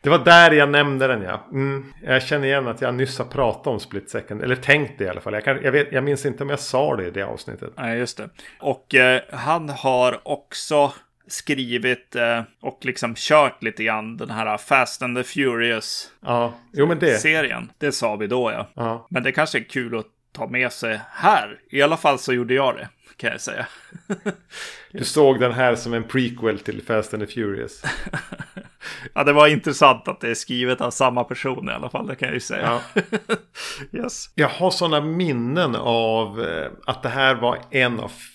Det var där jag nämnde den ja. Mm. Jag känner igen att jag nyss har pratat om Split Second. Eller tänkt det i alla fall. Jag, kan, jag, vet, jag minns inte om jag sa det i det avsnittet.
Nej, just det. Och eh, han har också skrivit eh, och liksom kört lite grann den här Fast and the Furious-serien.
Ja, jo men det.
Det sa vi då, ja.
Ja.
Men det kanske är kul att ta med sig här. I alla fall så gjorde jag det, kan jag säga.
Du såg den här som en prequel till Fast and the Furious.
ja, det var intressant att det är skrivet av samma person i alla fall, det kan jag ju säga. [LAUGHS] yes.
Jag har sådana minnen av eh, att det här var en av f-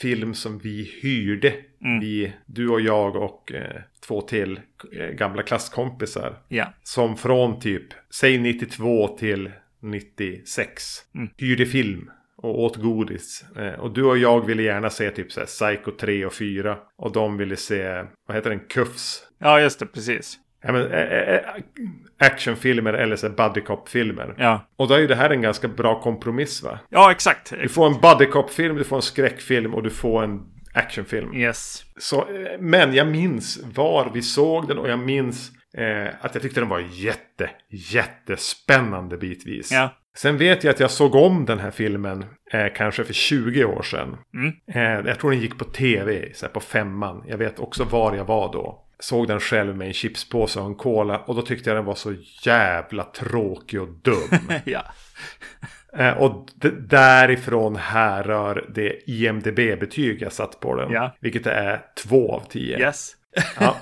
film som vi hyrde. Vi, du och jag och eh, två till eh, gamla klasskompisar.
Ja.
Som från typ, säg 92 till 96. Hyrde film. och åt godis. Eh, och du och jag ville gärna se typ så här Psycho 3 och 4. Och de ville se, vad heter den, Cuffs.
Ja, just det, precis.
Ja, men, eh, eh, actionfilmer eller så här buddy cop-filmer.
Ja,
Och då är ju det här en ganska bra kompromiss va?
ja exakt.
Du får en buddy cop-film, du får en skräckfilm och du får en actionfilm.
Yes.
Så, eh, men jag minns var vi såg den och jag minns eh, att jag tyckte den var jätte, jättespännande bitvis.
Ja. [LAUGHS]
Sen vet jag att jag såg om den här filmen eh, kanske för 20 år sedan.
Mm.
Eh, jag tror den gick på tv, så här på femman. Jag vet också var jag var då. Såg den själv med en chipspåse och en cola och då tyckte jag den var så jävla tråkig och
[LAUGHS]
dum.
Ja.
Eh, Och d- därifrån härrör det IMDB-betyg jag satt på den.
Ja.
Vilket är 2 av 10.
Yes. [LAUGHS]
Ja.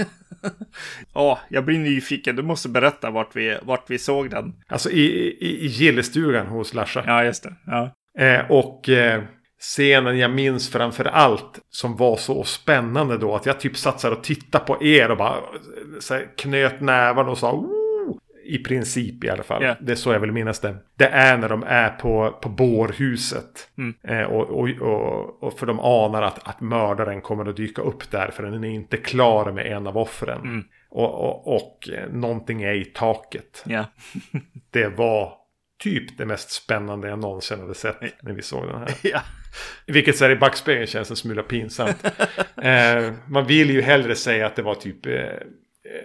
Ja, jag blir nyfiken. Du måste berätta vart vi, vart vi såg den.
Alltså i, i, i gillestugan hos Larsa.
Ja, just det. Ja.
Eh, och eh, scenen jag minns framför allt som var så spännande då att jag typ satt så här och tittade på er och bara eh, så här, knöt nävarna och sa "Ooh!" i princip i alla fall.
Ja.
Det är så jag vill minnas det. Det är när de är på, på bårhuset.
Mm.
Eh, och, och, och, och för de anar att, att mördaren kommer att dyka upp där för den är inte klar med en av offren.
Mm.
Och, och, och eh, någonting är i taket.
Ja. [LAUGHS]
Det var typ det mest spännande jag någonsin hade sett när vi såg den här.
ja.
Vilket så här i backspegeln känns en smula
[LAUGHS]
pinsamt. eh, man vill ju hellre säga att det var typ eh, eh,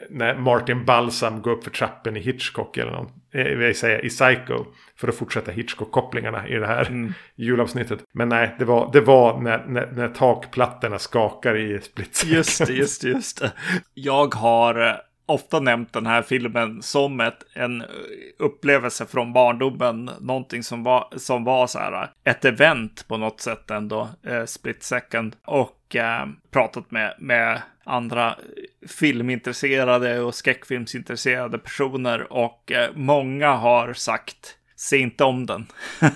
när Martin Balsam går upp för trappen i Hitchcock eller någon, eh, vill säga i Psycho. För att fortsätta Hitchcock-kopplingarna i det här
Mm.
[LAUGHS] julavsnittet. Men nej, det var, det var när, när, när takplattorna skakar i split second.
[LAUGHS] Just det, just det, just det. Jag har eh, ofta nämnt den här filmen som ett, en eh, upplevelse från barndomen. Någonting som var, som var så här, eh, ett event på något sätt ändå, eh, split second. Och eh, pratat med, med andra eh, filmintresserade och skräckfilmsintresserade personer. Och eh, många har sagt Se inte om den.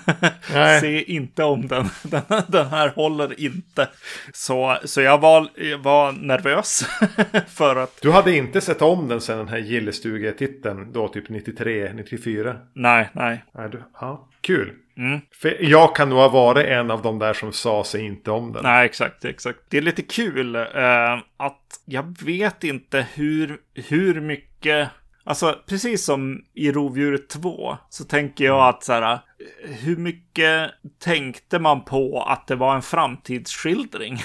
[LAUGHS]
Nej.
Se inte om den. [LAUGHS] Den, den här håller inte. Så, så jag var, jag var nervös [LAUGHS] för att...
Du hade inte sett om den sen den här gillestugetiteln då typ 93, 94?
Nej, nej.
Nej, du, ja. Kul.
Mm.
För jag kan nog ha varit en av de där som sa sig inte om den.
Nej, exakt, exakt. Det är lite kul eh, att jag vet inte hur, hur mycket... Alltså, precis som i Rovdjuret 2 så tänker jag att så här, eh, hur mycket tänkte man på att det var en framtidsskildring?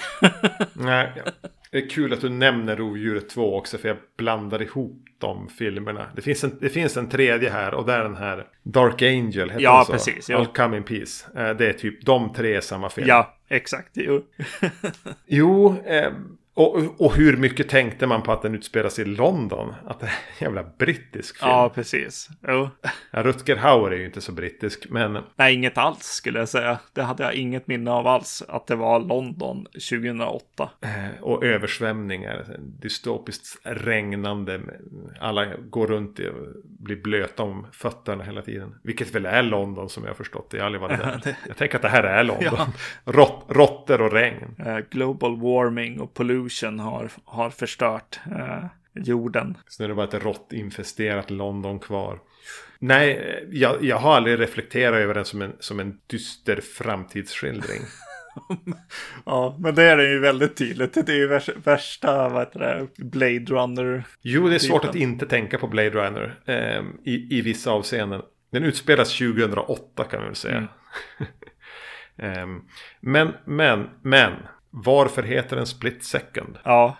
Nej. ja. Det är kul att du nämner Rovdjuret 2 också för jag blandar ihop de filmerna. Det finns en, det finns en tredje här och där är den här Dark Angel. Heter
Ja,
den så?
precis, ja.
All Come In Peace. Eh, Det är typ de tre är samma film.
[LAUGHS] ja, exakt. Jo. [LAUGHS]
Jo, eh, och, och hur mycket tänkte man på att den utspelas i London? Att det är en jävla brittisk film.
Ja, precis. Jo.
Ja, Rutger Hauer är ju inte så brittisk, men
Nej, inget alls skulle jag säga. Det hade jag inget minne av alls att det var London 2008.
Eh, Och översvämningar, dystopiskt regnande. Alla går runt i- och blir blöta om fötterna hela tiden. Vilket väl är London som jag har förstått det. Jag har aldrig varit där. Jag tänker att det här är London. [LAUGHS] Rott, råttor och regn.
Eh, global warming och pollution har, har förstört eh, jorden.
Så nu är det bara ett råttinfesterat London kvar. Nej, eh, jag, jag har aldrig reflekterat över den som en, som en dyster framtidsskildring.
Ja, men det är det ju väldigt tydligt. Det är ju värs- värsta, vad heter det, Blade Runner.
Jo, det är svårt att inte tänka på Blade Runner eh, i, i vissa avseenden. Den utspelas 2008 kan vi väl säga. [LAUGHS] Ehm, men, men, men. Varför heter den Split Second?
Ja.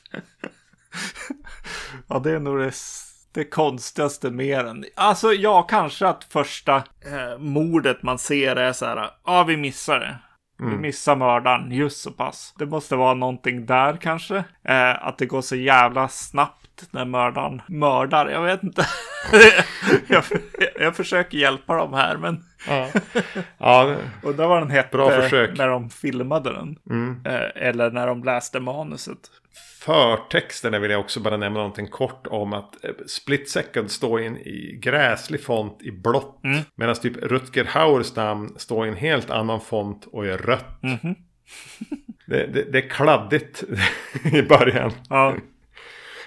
[LAUGHS] ja, det är nog det, s- det konstigaste med den. Alltså, ja, kanske att första eh, mordet man ser är så här, ja, vi missar det. Vi missar mördaren, just så pass. Det måste vara någonting där kanske. Eh, att det går så jävla snabbt när mördaren mördar. Jag vet inte. [LAUGHS] jag, jag försöker hjälpa dem här, men
Ja, det-
undrar vad den hette
Bra försök. Mm.
när de filmade den. Eh, eller när de läste manuset.
förtexterna vill jag också bara nämna någonting kort om att eh, Split Second står i en i gräslig font i blått. Medan typ Rutger Hauers namn står i en helt annan font och är rött. det, det, det är kladdigt [LAUGHS] i början.
Ja,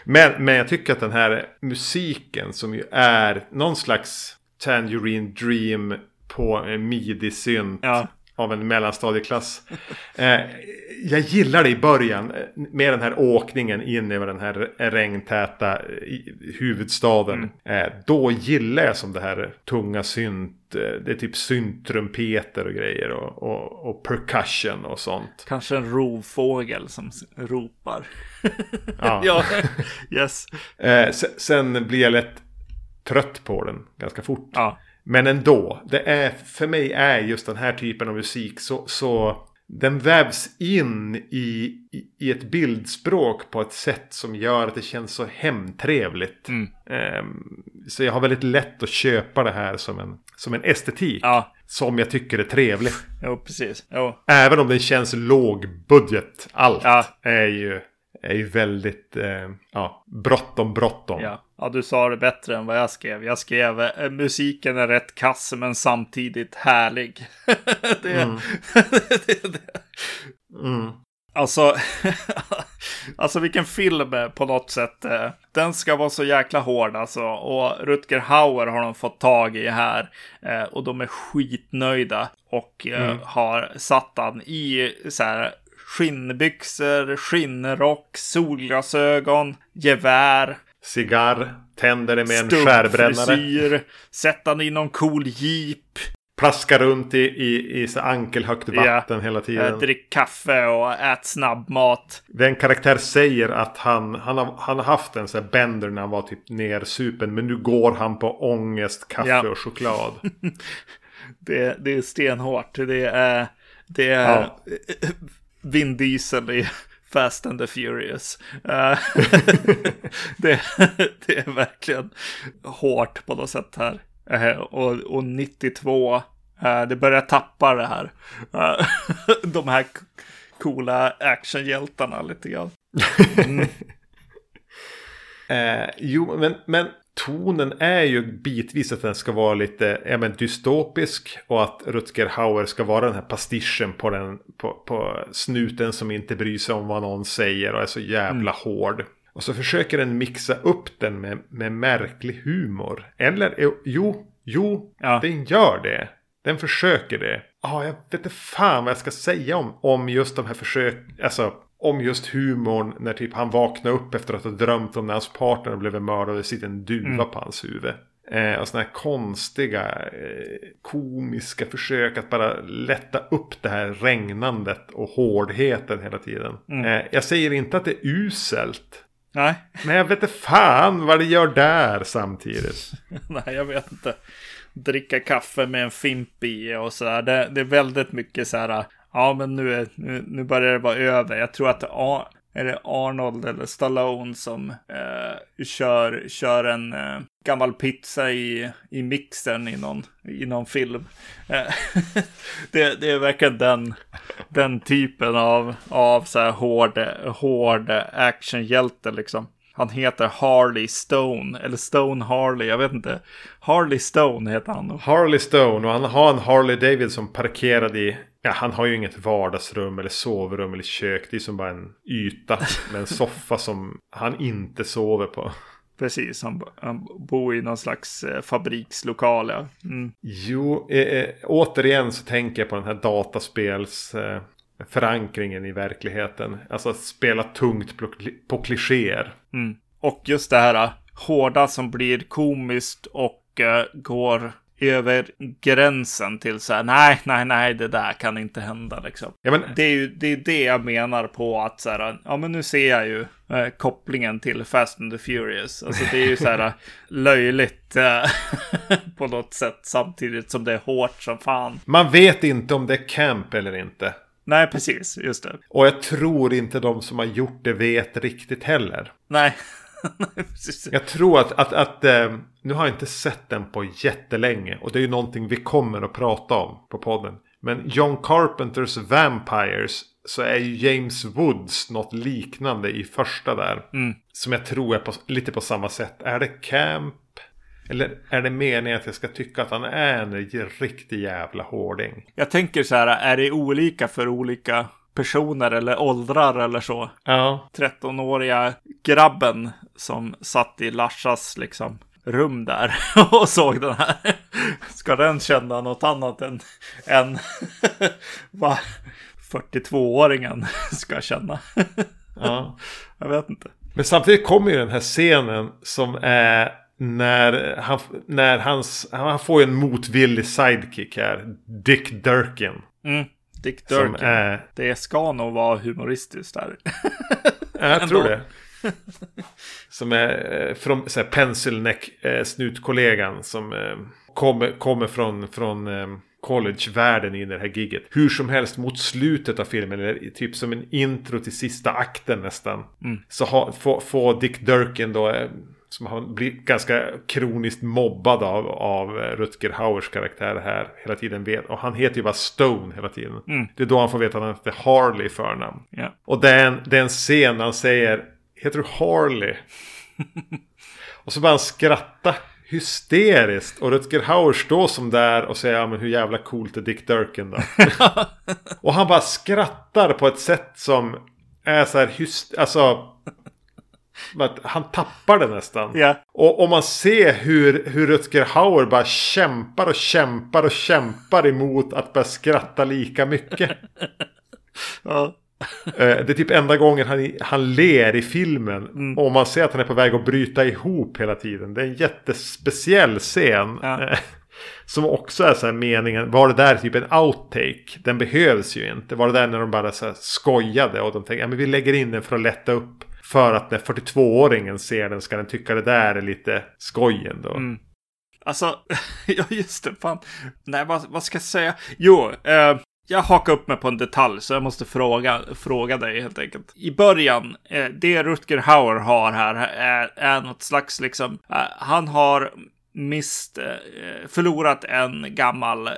Men, men jag tycker att den här musiken som ju är någon slags Tangerine Dream på eh, midi-synt
Ja.
av en mellanstadieklass. Eh, jag gillar det i början eh, med den här åkningen in över den här regntäta eh, i- huvudstaden. Eh, då gillar jag som det här tunga synt, eh, det är typ syntrumpeter och grejer och, och, och percussion och sånt.
Kanske en rovfågel som s- ropar.
Ja.
[LAUGHS] ja, yes.
Eh, se- sen blir jag lätt trött på den ganska fort.
Ja.
Men ändå, det är, för mig är just den här typen av musik så, så den vävs in i, i, i ett bildspråk på ett sätt som gör att det känns så hemtrevligt.
Mm.
Ehm, så jag har väldigt lätt att köpa det här som en, som en estetik.
Ja,
Som jag tycker är trevlig.
jo, precis. Jo.
Även om den känns lågbudget. Allt
Ja.
är, ju, är ju väldigt eh, ja, bråttom, bråttom.
Ja. ja, du sa det bättre än vad jag skrev. Jag skrev eh, musiken är rätt kass men samtidigt härlig. [LAUGHS] det, [LAUGHS] det, det.
Mm.
Alltså, [LAUGHS] alltså vilken film eh, på något sätt. eh, Den ska vara så jäkla hård alltså. Och Rutger Hauer har de fått tag i här. eh, Och de är skitnöjda. Och eh, har satt han i så här skinnbyxor, skinnrock, solglasögon, gevär.
Cigarr, tänder det med en
Stump
skärbrännare.
frisyr, sätta han i någon cool jeep,
plaskar runt i, i, i så ankelhögt vatten hela
eh,
tiden.
drick kaffe och ät snabbmat.
Den karaktär säger att han, han, har, han har haft en så här bender när han var typ nersupen. Men nu går han på ångest, kaffe
Ja.
och choklad.
Det, det är stenhårt. Det är, det är
Ja.
[LAUGHS] Vin Diesel i Fast and the Furious. Eh, [LAUGHS] det, det är verkligen hårt på något sätt här. Eh, och, och 92, eh, det börjar tappa det här. Eh, [LAUGHS] de här k- coola actionhjältarna lite grann.
Eh, jo, men, men tonen är ju bitvis att den ska vara lite ja, men dystopisk. Och att Rutger Hauer ska vara den här pastischen på, den, på, på snuten som inte bryr sig om vad någon säger och är så jävla hård. Och så försöker den mixa upp den med, med märklig humor. Eller eh, jo, jo,
Ja.
den gör det. Den försöker det. Ja, jag vet inte fan vad jag ska säga om, om just de här försök, alltså om just humorn när typ han vaknar upp efter att ha drömt om när hans partner blev mördad och det sitter en duva på hans huvud. Eh, och sådana här konstiga, eh, komiska försök att bara lätta upp det här regnandet och hårdheten hela tiden. Eh, jag säger inte att det är uselt,
Nej,
men jag vet inte fan vad det gör där samtidigt.
[LAUGHS] nej jag vet inte. Dricka kaffe med en fimp i och sådär. Det, det är väldigt mycket så här. Ja, men nu, är, nu, nu börjar det vara över. Jag tror att det är, är det Arnold eller Stallone som eh, kör, kör en eh, gammal pizza i, i mixern i någon, i någon film. Eh, [LAUGHS] det, det är verkligen den, den typen av, av så här hård, hård actionhjälte liksom. Han heter Harley Stone, eller Stone Harley, jag vet inte. Harley Stone heter han nog.
Harley Stone och han har en Harley Davidson parkerad i Ja, han har ju inget vardagsrum eller sovrum eller kök. Det är som bara en yta med en soffa som han inte sover på.
Precis, han, bo- han bor i någon slags eh, fabrikslokal. Ja. Mm.
Jo, eh, eh, återigen så tänker jag på den här dataspels eh, förankringen i verkligheten. Alltså att spela tungt på, på klichéer.
Och just det här eh, hårda som blir komiskt och eh, går över gränsen till så här, nej, nej, nej, det där kan inte hända liksom.
Ja, men,
Det är ju det, är det jag menar på att så här, ja men nu ser jag ju eh, kopplingen till Fast and the Furious. Alltså det är ju så [LAUGHS] här löjligt eh, [LAUGHS] på något sätt samtidigt som det är hårt som fan.
man vet inte om det är camp eller inte.
Nej, precis, just det.
Och jag tror inte de som har gjort det vet riktigt heller.
Nej, [LAUGHS] Nej, precis.
Jag tror att, att, att eh, nu har jag inte sett den på jättelänge och det är ju någonting vi kommer att prata om på podden. Men John Carpenters Vampires så är ju James Woods något liknande i första där. Som jag tror är på, lite på samma sätt. Är det camp? Eller är det meningen att jag ska tycka att han är en riktig jävla hårding?
Jag tänker så här, är det olika för olika personer eller åldrar eller så?
Ja.
13-åriga grabben som satt i Larsas liksom rum där [LAUGHS] och såg den här. Ska den känna något annat än, än [LAUGHS] vad 42-åringen ska känna?
Ja.
Jag vet inte.
Men samtidigt kommer ju den här scenen som är när, han, när hans, han får ju en motvillig sidekick här. Dick Durkin.
Mm. Dick
Som
Durkin.
är,
Det ska nog vara humoristiskt där.
ja, jag tror
Ändå.
det. Som är eh, från så här, pencil neck eh, snutkollegan som eh, kommer, kommer från, från eh, collegevärlden in i det här gigget. Hur som helst mot slutet av filmen, eller typ som en intro till sista akten nästan. Så ha, få, få Dick Durkin då, eh, som han blir ganska kroniskt mobbad av, av eh, Rutger Hauers karaktär här hela tiden. Vet, och han heter ju bara Stone hela tiden. Det är då han får veta att han heter Harley i förnamn.
Ja.
Och det är en, det är en scen när han säger Heter du Harley? och så börjar han skratta hysteriskt. Och Rutger Hauer står som där och säger ja, men hur jävla coolt är Dick Durkin då? och han bara skrattar på ett sätt som är så här hyst... Alltså... att Han tappar det nästan.
Ja.
Och om man ser hur, hur Rutger Hauer bara kämpar och kämpar och kämpar emot att börja skratta lika mycket.
Ja.
Eh, Det är typ enda gången han, han ler i filmen.
Mm.
Och man ser att han är på väg att bryta ihop hela tiden. Det är en jättespeciell scen.
Ja.
eh, Som också är så här meningen. Var det där typ en outtake? Den behövs ju inte. Var det där när de bara så här skojade och de tänkte ja, men vi lägger in den för att lätta upp. För att när 42-åringen ser den ska den tycka det där är lite skojen då.
Mm. Alltså, [LAUGHS] ja just det, fan. Nej, vad, vad ska jag säga? Jo, eh, jag hakar upp mig på en detalj så jag måste fråga, fråga dig helt enkelt. I början, eh, det Rutger Hauer har här är, är något slags liksom, eh, han har mist, eh, förlorat en gammal eh,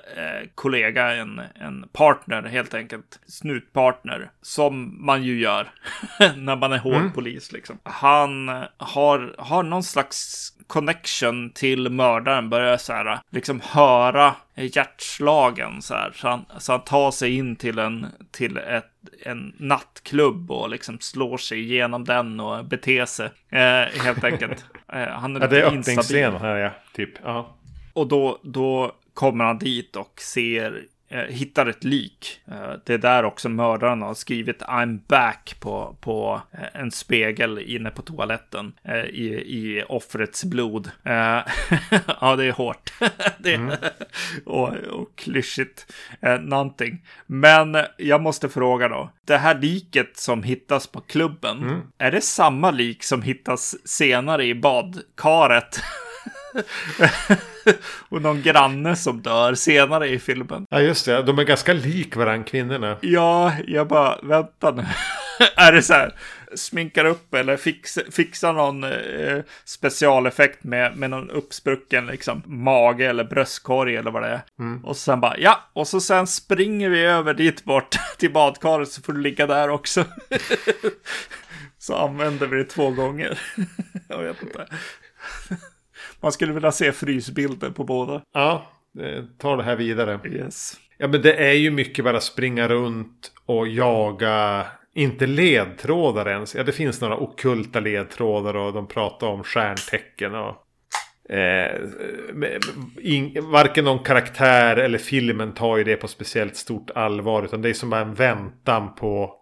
kollega, en, en partner helt enkelt. Snutpartner, som man ju gör [LAUGHS] när man är hård polis liksom. Han har, har någon slags connection till mördaren börjar så här, liksom höra hjärtslagen så här. Så han, så han tar sig in till en, till ett, en nattklubb och liksom slår sig igenom den och beter sig eh, helt enkelt. Eh, han är
Ja, det är
lite instabil.
öppningsscenen här ja. Typ. Ja.
Och då, då kommer han dit och ser, eh, hittar ett lik. Eh, det är där också mördaren har skrivit I'm back på, på eh, en spegel inne på toaletten eh, i, i offrets blod. Eh, [LAUGHS] ja, det är hårt. [LAUGHS] det, och, och klyschigt. Eh, någonting. Men jag måste fråga då. Det här liket som hittas på klubben, är det samma lik som hittas senare i badkaret? [LAUGHS] och någon granne som dör senare i filmen.
ja just det. De är ganska lik varandra kvinnorna.
Ja, jag bara, vänta nu. [LAUGHS] är det så här, sminkar upp eller fix, fixar någon eh, specialeffekt med, med någon uppsprucken liksom, mage eller bröstkorg eller vad det är. Och sen bara, ja, och så sen springer vi över dit bort [LAUGHS] till badkaret så får du ligga där också. [LAUGHS] så använder vi det två gånger. [LAUGHS] jag vet inte. Man skulle vilja se frysbilder på båda.
Ja. eh, Ta det här vidare.
Yes.
Ja men det är ju mycket bara springa runt och jaga. Inte ledtrådar ens. Ja det finns några okulta ledtrådar och de pratar om stjärntecken och... Eh, men in, varken någon karaktär eller filmen tar ju det på speciellt stort allvar. Utan det är som bara en väntan på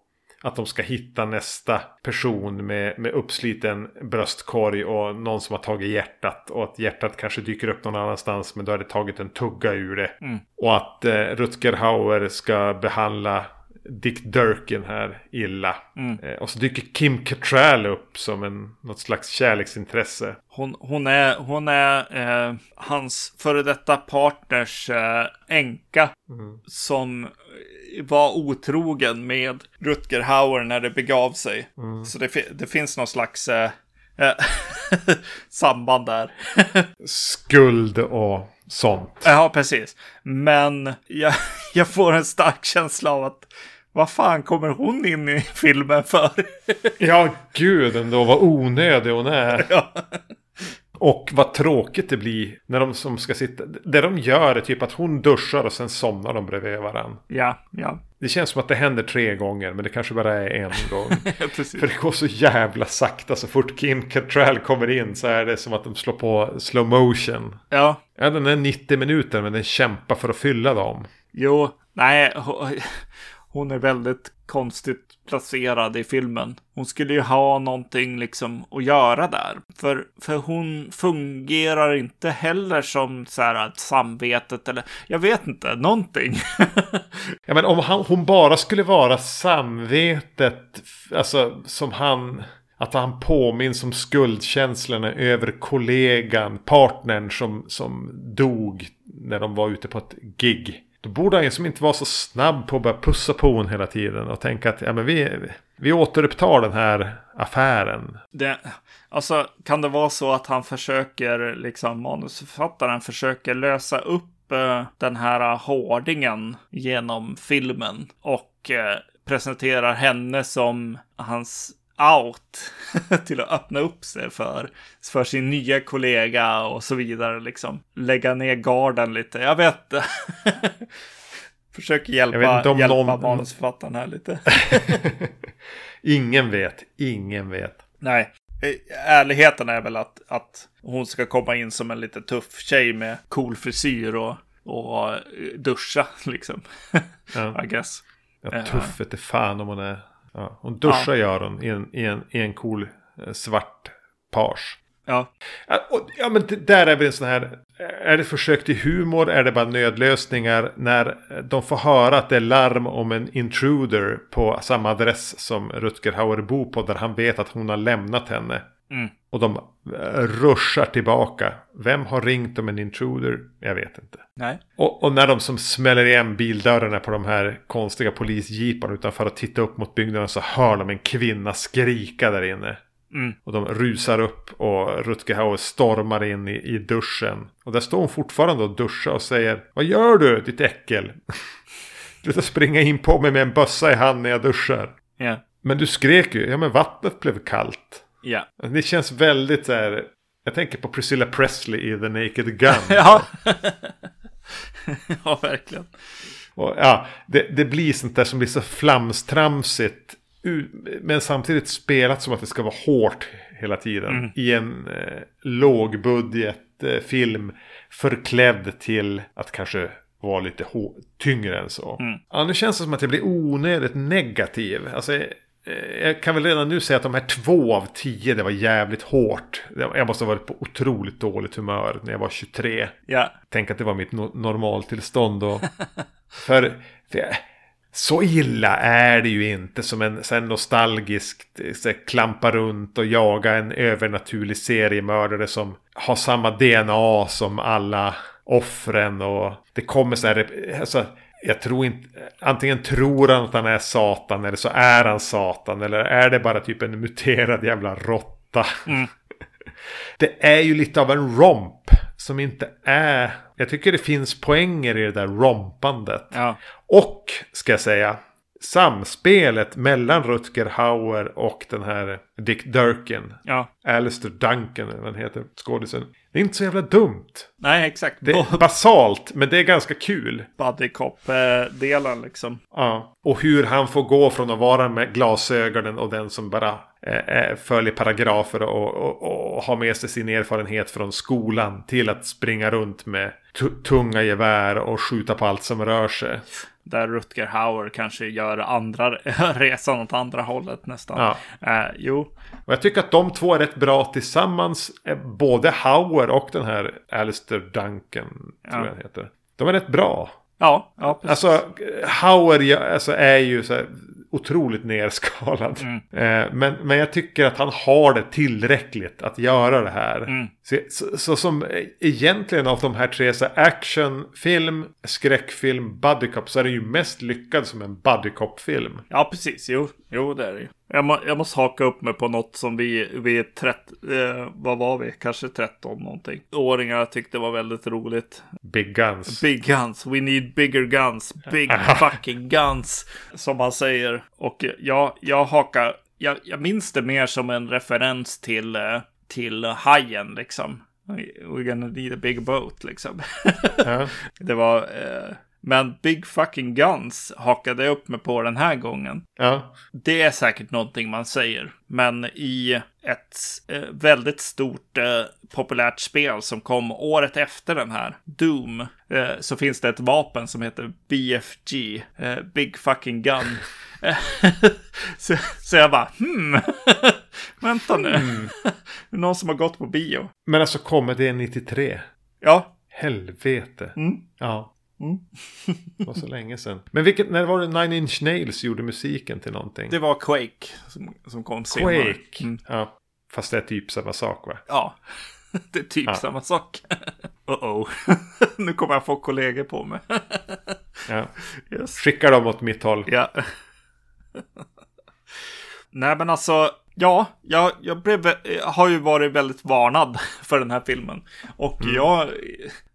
att de ska hitta nästa person med, med uppsliten bröstkorg och någon som har tagit hjärtat. Och att hjärtat kanske dyker upp någon annanstans men då har det tagit en tugga ur det. Och att eh, Rutger Hauer ska behandla Dick Durkin här illa.
Mm.
Eh, och så dyker Kim Cattrall upp som en, något slags kärleksintresse.
Hon, hon är, hon är eh, hans före detta partners eh, änka som var otrogen med Rutger Hauer när det begav sig. Så det, fi- det finns någon slags eh, eh, [LAUGHS] samband där. [LAUGHS]
Skuld och sånt.
Ja, precis. Men jag, [LAUGHS] jag får en stark känsla av att vad fan kommer hon in i filmen för? [LAUGHS]
Ja, gud ändå vad onödig hon är.
ja.
[LAUGHS] Och vad tråkigt det blir när de som ska sitta. Det de gör är typ att hon duschar och sen somnar de bredvid varandra.
Ja, ja.
Det känns som att det händer tre gånger men det kanske bara är en gång.
Precis.
För det går så jävla sakta så fort Kim Cattrall kommer in så är det som att de slår på slow motion.
[LAUGHS] Ja,
Ja, den är 90 minuter men den kämpar för att fylla dem.
jo, nej, ho- hon är väldigt konstigt placerad i filmen. Hon skulle ju ha någonting liksom att göra där. För, för hon fungerar inte heller som så här att samvetet eller jag vet inte, någonting. [LAUGHS]
Ja, men om han, hon bara skulle vara samvetet, f- alltså som han, att han påminns om skuldkänslorna över kollegan, partnern som, som dog när de var ute på ett gig. Då borde han ju som inte vara så snabb på att börja pussa på hon hela tiden och tänka att ja, men vi, vi återupptar den här affären.
det, alltså, kan det vara så att han försöker, liksom manusförfattaren försöker lösa upp eh, den här hårdingen genom filmen och eh, presenterar henne som hans out [LAUGHS] till att öppna upp sig för, för sin nya kollega och så vidare. Liksom. Lägga ner garden lite, jag vet [LAUGHS] inte. Försöker hjälpa,
Jag vet inte om
hjälpa
någon-
manusförfattaren här lite.
Ingen vet, ingen vet.
Nej, Eh, ärligheten är väl att, att hon ska komma in som en lite tuff tjej med cool frisyr och, och eh, duscha [LAUGHS] liksom.
Ja.
I guess.
Ja, tuff vete fan om hon är. Ja, hon duschar gör hon i en, i en, i en cool eh, svart page.
Ja,
Ja, och- Ja men det där är väl en sån här. eh, Är det försök till humor? Är det bara nödlösningar? När eh, de får höra att det är larm om en intruder på samma adress som Rutger Hauer bor på. Där han vet att hon har lämnat henne.
Mm.
Och de eh, ruschar tillbaka. Vem har ringt om en intruder? Jag vet inte.
nej.
Och, och när de som smäller igen bildörrarna på de här konstiga polisjeeparna utanför att titta upp mot byggnaden så hör de en kvinna skrika där inne.
Mm.
Och de rusar upp och Rutger Hauer stormar in i, i duschen. Och där står hon fortfarande och duschar och säger Vad gör du ditt äckel? [LAUGHS] Sluta springa in på mig med en bössa i hand när jag duschar.
Ja,
Men du skrek ju, ja men vattnet blev kallt. Alltså,
ja.
Det känns väldigt så här. Jag tänker på Priscilla Presley i The Naked
[LAUGHS]
Gun.
Ja. ja, verkligen.
Och, ja, det, det blir sånt där som blir så flamstramsigt. u- Men samtidigt spelat som att det ska vara hårt hela tiden. I en eh, lågbudget eh, film förklädd till att kanske vara lite hå- tyngre än så. Ja, nu känns det som att jag blir onödigt negativ. Alltså, eh, jag kan väl redan nu säga att de här två av tio, det var jävligt hårt. Jag måste ha varit på otroligt dåligt humör när jag var 23.
Ja,
Tänk att det var mitt no normaltillstånd då. för, för jag- så illa är det ju inte som en så här nostalgisk eh, så här, klampa runt och jaga en övernaturlig seriemördare som har samma DNA som alla offren och det kommer så här. eh, Alltså, jag tror inte, antingen tror han att han är Satan eller så är han Satan eller är det bara typ en muterad jävla råtta. [LAUGHS] Det är ju lite av en romp som inte är... Jag tycker det finns poänger i det där rompandet.
ja.
Och, ska jag säga, samspelet mellan Rutger Hauer och den här Dick Durkin.
ja.
Alistair Duncan, eller vad han heter, skådisen. Det är inte så jävla dumt.
Nej, exakt.
Det är
Bo-
basalt, men det är ganska kul.
Buddy Cop-delen liksom.
Ja. Och hur han får gå från att vara med glasögonen och den som bara eh, eh, följer paragrafer och, och, och har med sig sin erfarenhet från skolan till att springa runt med tu- tunga gevär och skjuta på allt som rör sig.
Där Rutger Hauer kanske gör andra [LAUGHS] resan åt andra hållet nästan.
Ja.
Eh, jo,
Och jag tycker att de två är rätt bra tillsammans. eh, Både Hauer och den här Alistair Duncan, tror jag han heter. De är rätt bra.
ja, ja, precis.
Alltså, Hauer ja, alltså, är ju så här otroligt nerskalad.
Mm.
Eh, men, men jag tycker att han har det tillräckligt att göra det här.
Mm.
Så, så, så som eh, egentligen av de här tre, så här, actionfilm, skräckfilm, buddy cop, så är den ju mest lyckad som en buddy cop-film.
Ja, precis. Jo, jo det är det ju. Jag, må, jag måste haka upp mig på något som vi, vi är 13, eh, vad var vi? Kanske 13 någonting. Åringar tyckte var väldigt roligt.
Big Guns.
Big guns, we need bigger guns, big fucking guns. Som han säger. Och jag, jag hakar, jag, jag minns det mer som en referens till, eh, till eh, Hajen liksom. We're gonna need a big boat liksom. [LAUGHS]
Ja.
det var... Eh, men Big Fucking Guns hakade jag upp mig på den här gången.
Ja.
Det är säkert någonting man säger, men i ett eh, väldigt stort eh, populärt spel som kom året efter den här, Doom, eh, så finns det ett vapen som heter BFG, eh, Big Fucking Gun. [LAUGHS] Eh, så, så jag bara, hmm, [LAUGHS] vänta nu. Det [LAUGHS] är någon som har gått på bio.
Men alltså kommer det 93?
Ja,
Helvete.
Mm.
Ja. det var så länge sedan. Men vilket, när var det Nine Inch Nails gjorde musiken till någonting?
det var Quake som, som kom senare. Mm.
Quake. Ja. Fast det är typ samma sak va?
Ja, [LAUGHS] det är typ samma sak. [LAUGHS] Uh-oh, nu kommer jag få kollegor på mig. [LAUGHS]
Ja.
Yes.
Skicka dem åt mitt håll.
Ja. [LAUGHS] Nej men alltså, ja, jag, jag, blev, jag har ju varit väldigt varnad [LAUGHS] för den här filmen. Och jag,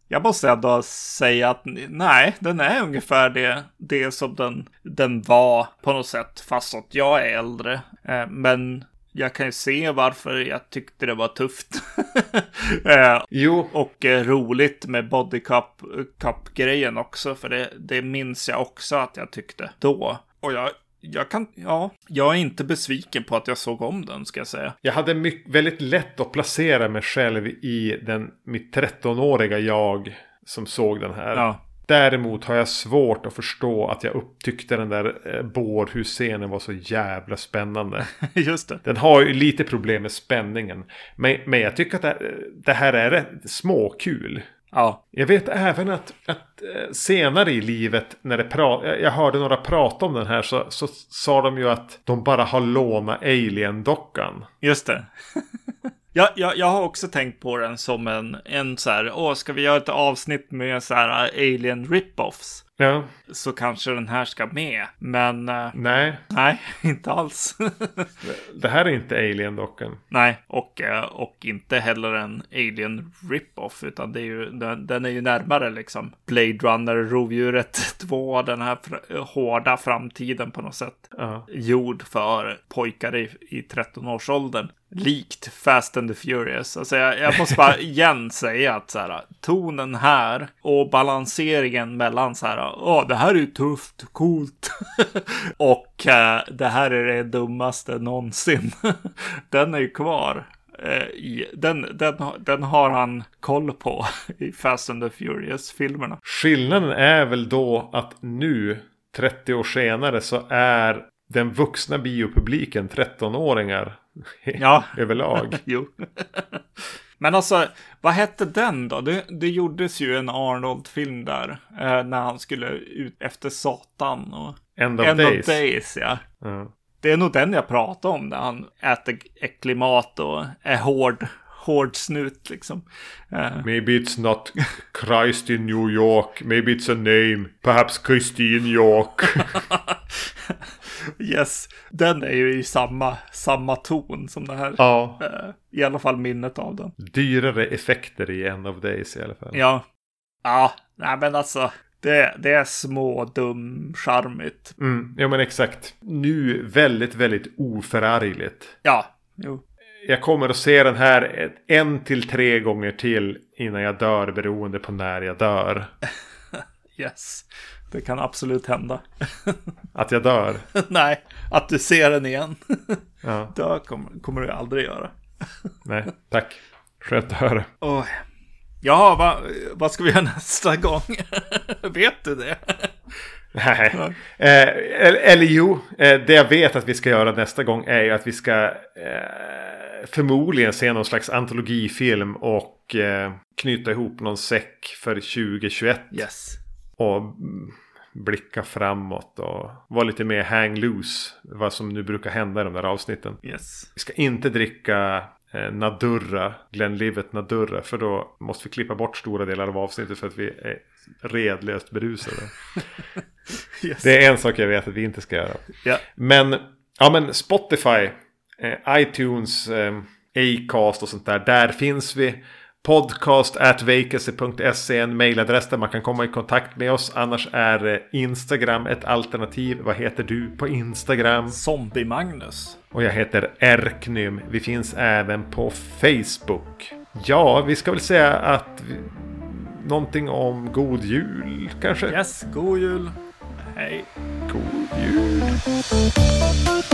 jag måste ändå säga att nej, den är ungefär det, det som den, den var på något sätt. Fast att jag är äldre. Eh, Men jag kan ju se varför jag tyckte det var tufft. [LAUGHS] Eh,
Jo,
och eh, roligt med body cup, cup grejen också, för det, det minns jag också att jag tyckte då. Och jag, jag kan, ja, jag är inte besviken på att jag såg om den ska jag säga.
jag hade myck- väldigt lätt att placera mig själv i den, mitt 13-åriga jag som såg den här.
Ja. [LAUGHS]
Däremot har jag svårt att förstå att jag upptyckte den där eh, bårhusscenen var så jävla spännande.
Just det.
Den har ju lite problem med spänningen. Men, men jag tycker att det, det här är rätt småkul.
Ja,
Jag vet även att, att eh, senare i livet när det pra- jag- jag hörde några prata om den här så, så sa de ju att de bara har lånat Alien-dockan.
just det. [LAUGHS] Jag, jag, jag har också tänkt på den som en, en så här, åh, ska vi göra ett avsnitt med så här eh, alien rip-offs?
Ja,
Så kanske den här ska med. Men eh,
nej.
nej, [LAUGHS] inte alls.
Det här är inte Alien-dockan.
Nej, och, eh, och inte heller en Alien rip-off, utan det är ju, den, den är ju närmare liksom Blade Runner, [LAUGHS] Rovdjuret 2, den här fr- hårda framtiden på något sätt.
Ja.
Gjord för pojkar i, i 13-årsåldern. Likt Fast and the Furious. Alltså jag, jag måste bara igen säga att så här, tonen här och balanseringen mellan så här, åh det här är ju tufft, coolt [LAUGHS] och eh, det här är det dummaste någonsin. [LAUGHS] den är ju kvar. eh, i- Den, den, har- den har han koll på [LAUGHS] i Fast and the Furious-filmerna.
Skillnaden är väl då att nu, 30 år senare, så är den vuxna biopubliken 13-åringar
Ja,
[LAUGHS] överlag.
jo. [LAUGHS] Men alltså, vad hette den då? Det, det gjordes ju en Arnold-film där. eh, När han skulle ut efter Satan och...
End of
End
days.
of Days, ja.
Ja.
Det är nog den jag pratar om när han äter äcklig mat och är hård, hård snut liksom. Eh,
Maybe it's not Christ in New York. Maybe it's a name. Perhaps Christine York. [LAUGHS]
Yes, den är ju i samma, samma ton som det här.
ja.
Eh, I alla fall minnet av den.
Dyrare effekter i End of Days i alla fall.
Ja. Ja, nej men alltså. Det, det är små, dum, charmigt.
Mm, ja men exakt. Nu väldigt, väldigt oförargligt.
Ja, jo.
Jag kommer att se den här ett- en till tre gånger till innan jag dör beroende på när jag dör.
Yes. Det kan absolut hända.
Att jag dör.
[LAUGHS] nej, att du ser den [LAUGHS] igen.
Ja,
Dö kommer, kommer du aldrig göra.
nej, tack. Skönt att höra.
Oj. Ja, va, vad ska vi göra nästa gång? [LAUGHS] Vet du det?
Nej. Eh, eller, eller jo, eh, det jag vet att vi ska göra nästa gång är ju att vi ska eh, förmodligen se någon slags antologifilm och eh, knyta ihop någon säck för 2021
Yes.
och mm, blicka framåt och vara lite mer hang loose vad som nu brukar hända i de där avsnitten.
Yes.
Vi ska inte dricka eh, Nadurra, Glenlivet Nadurra, för då måste vi klippa bort stora delar av avsnittet för att vi är redlöst berusade.
yes.
Det är en sak jag vet att vi inte ska göra.
Ja.
Men, ja men Spotify, eh, iTunes, eh, Acast och sånt där. Där finns vi. Podcast at vacancy.se, en mejladress där man kan komma i kontakt med oss. Annars är eh, Instagram ett alternativ. Vad heter du på Instagram?
Zombie-Magnus.
Och jag heter Erknym. Vi finns även på Facebook. Ja, vi ska väl säga att vi... någonting om god jul kanske?
Yes, god jul! Hej!
God jul!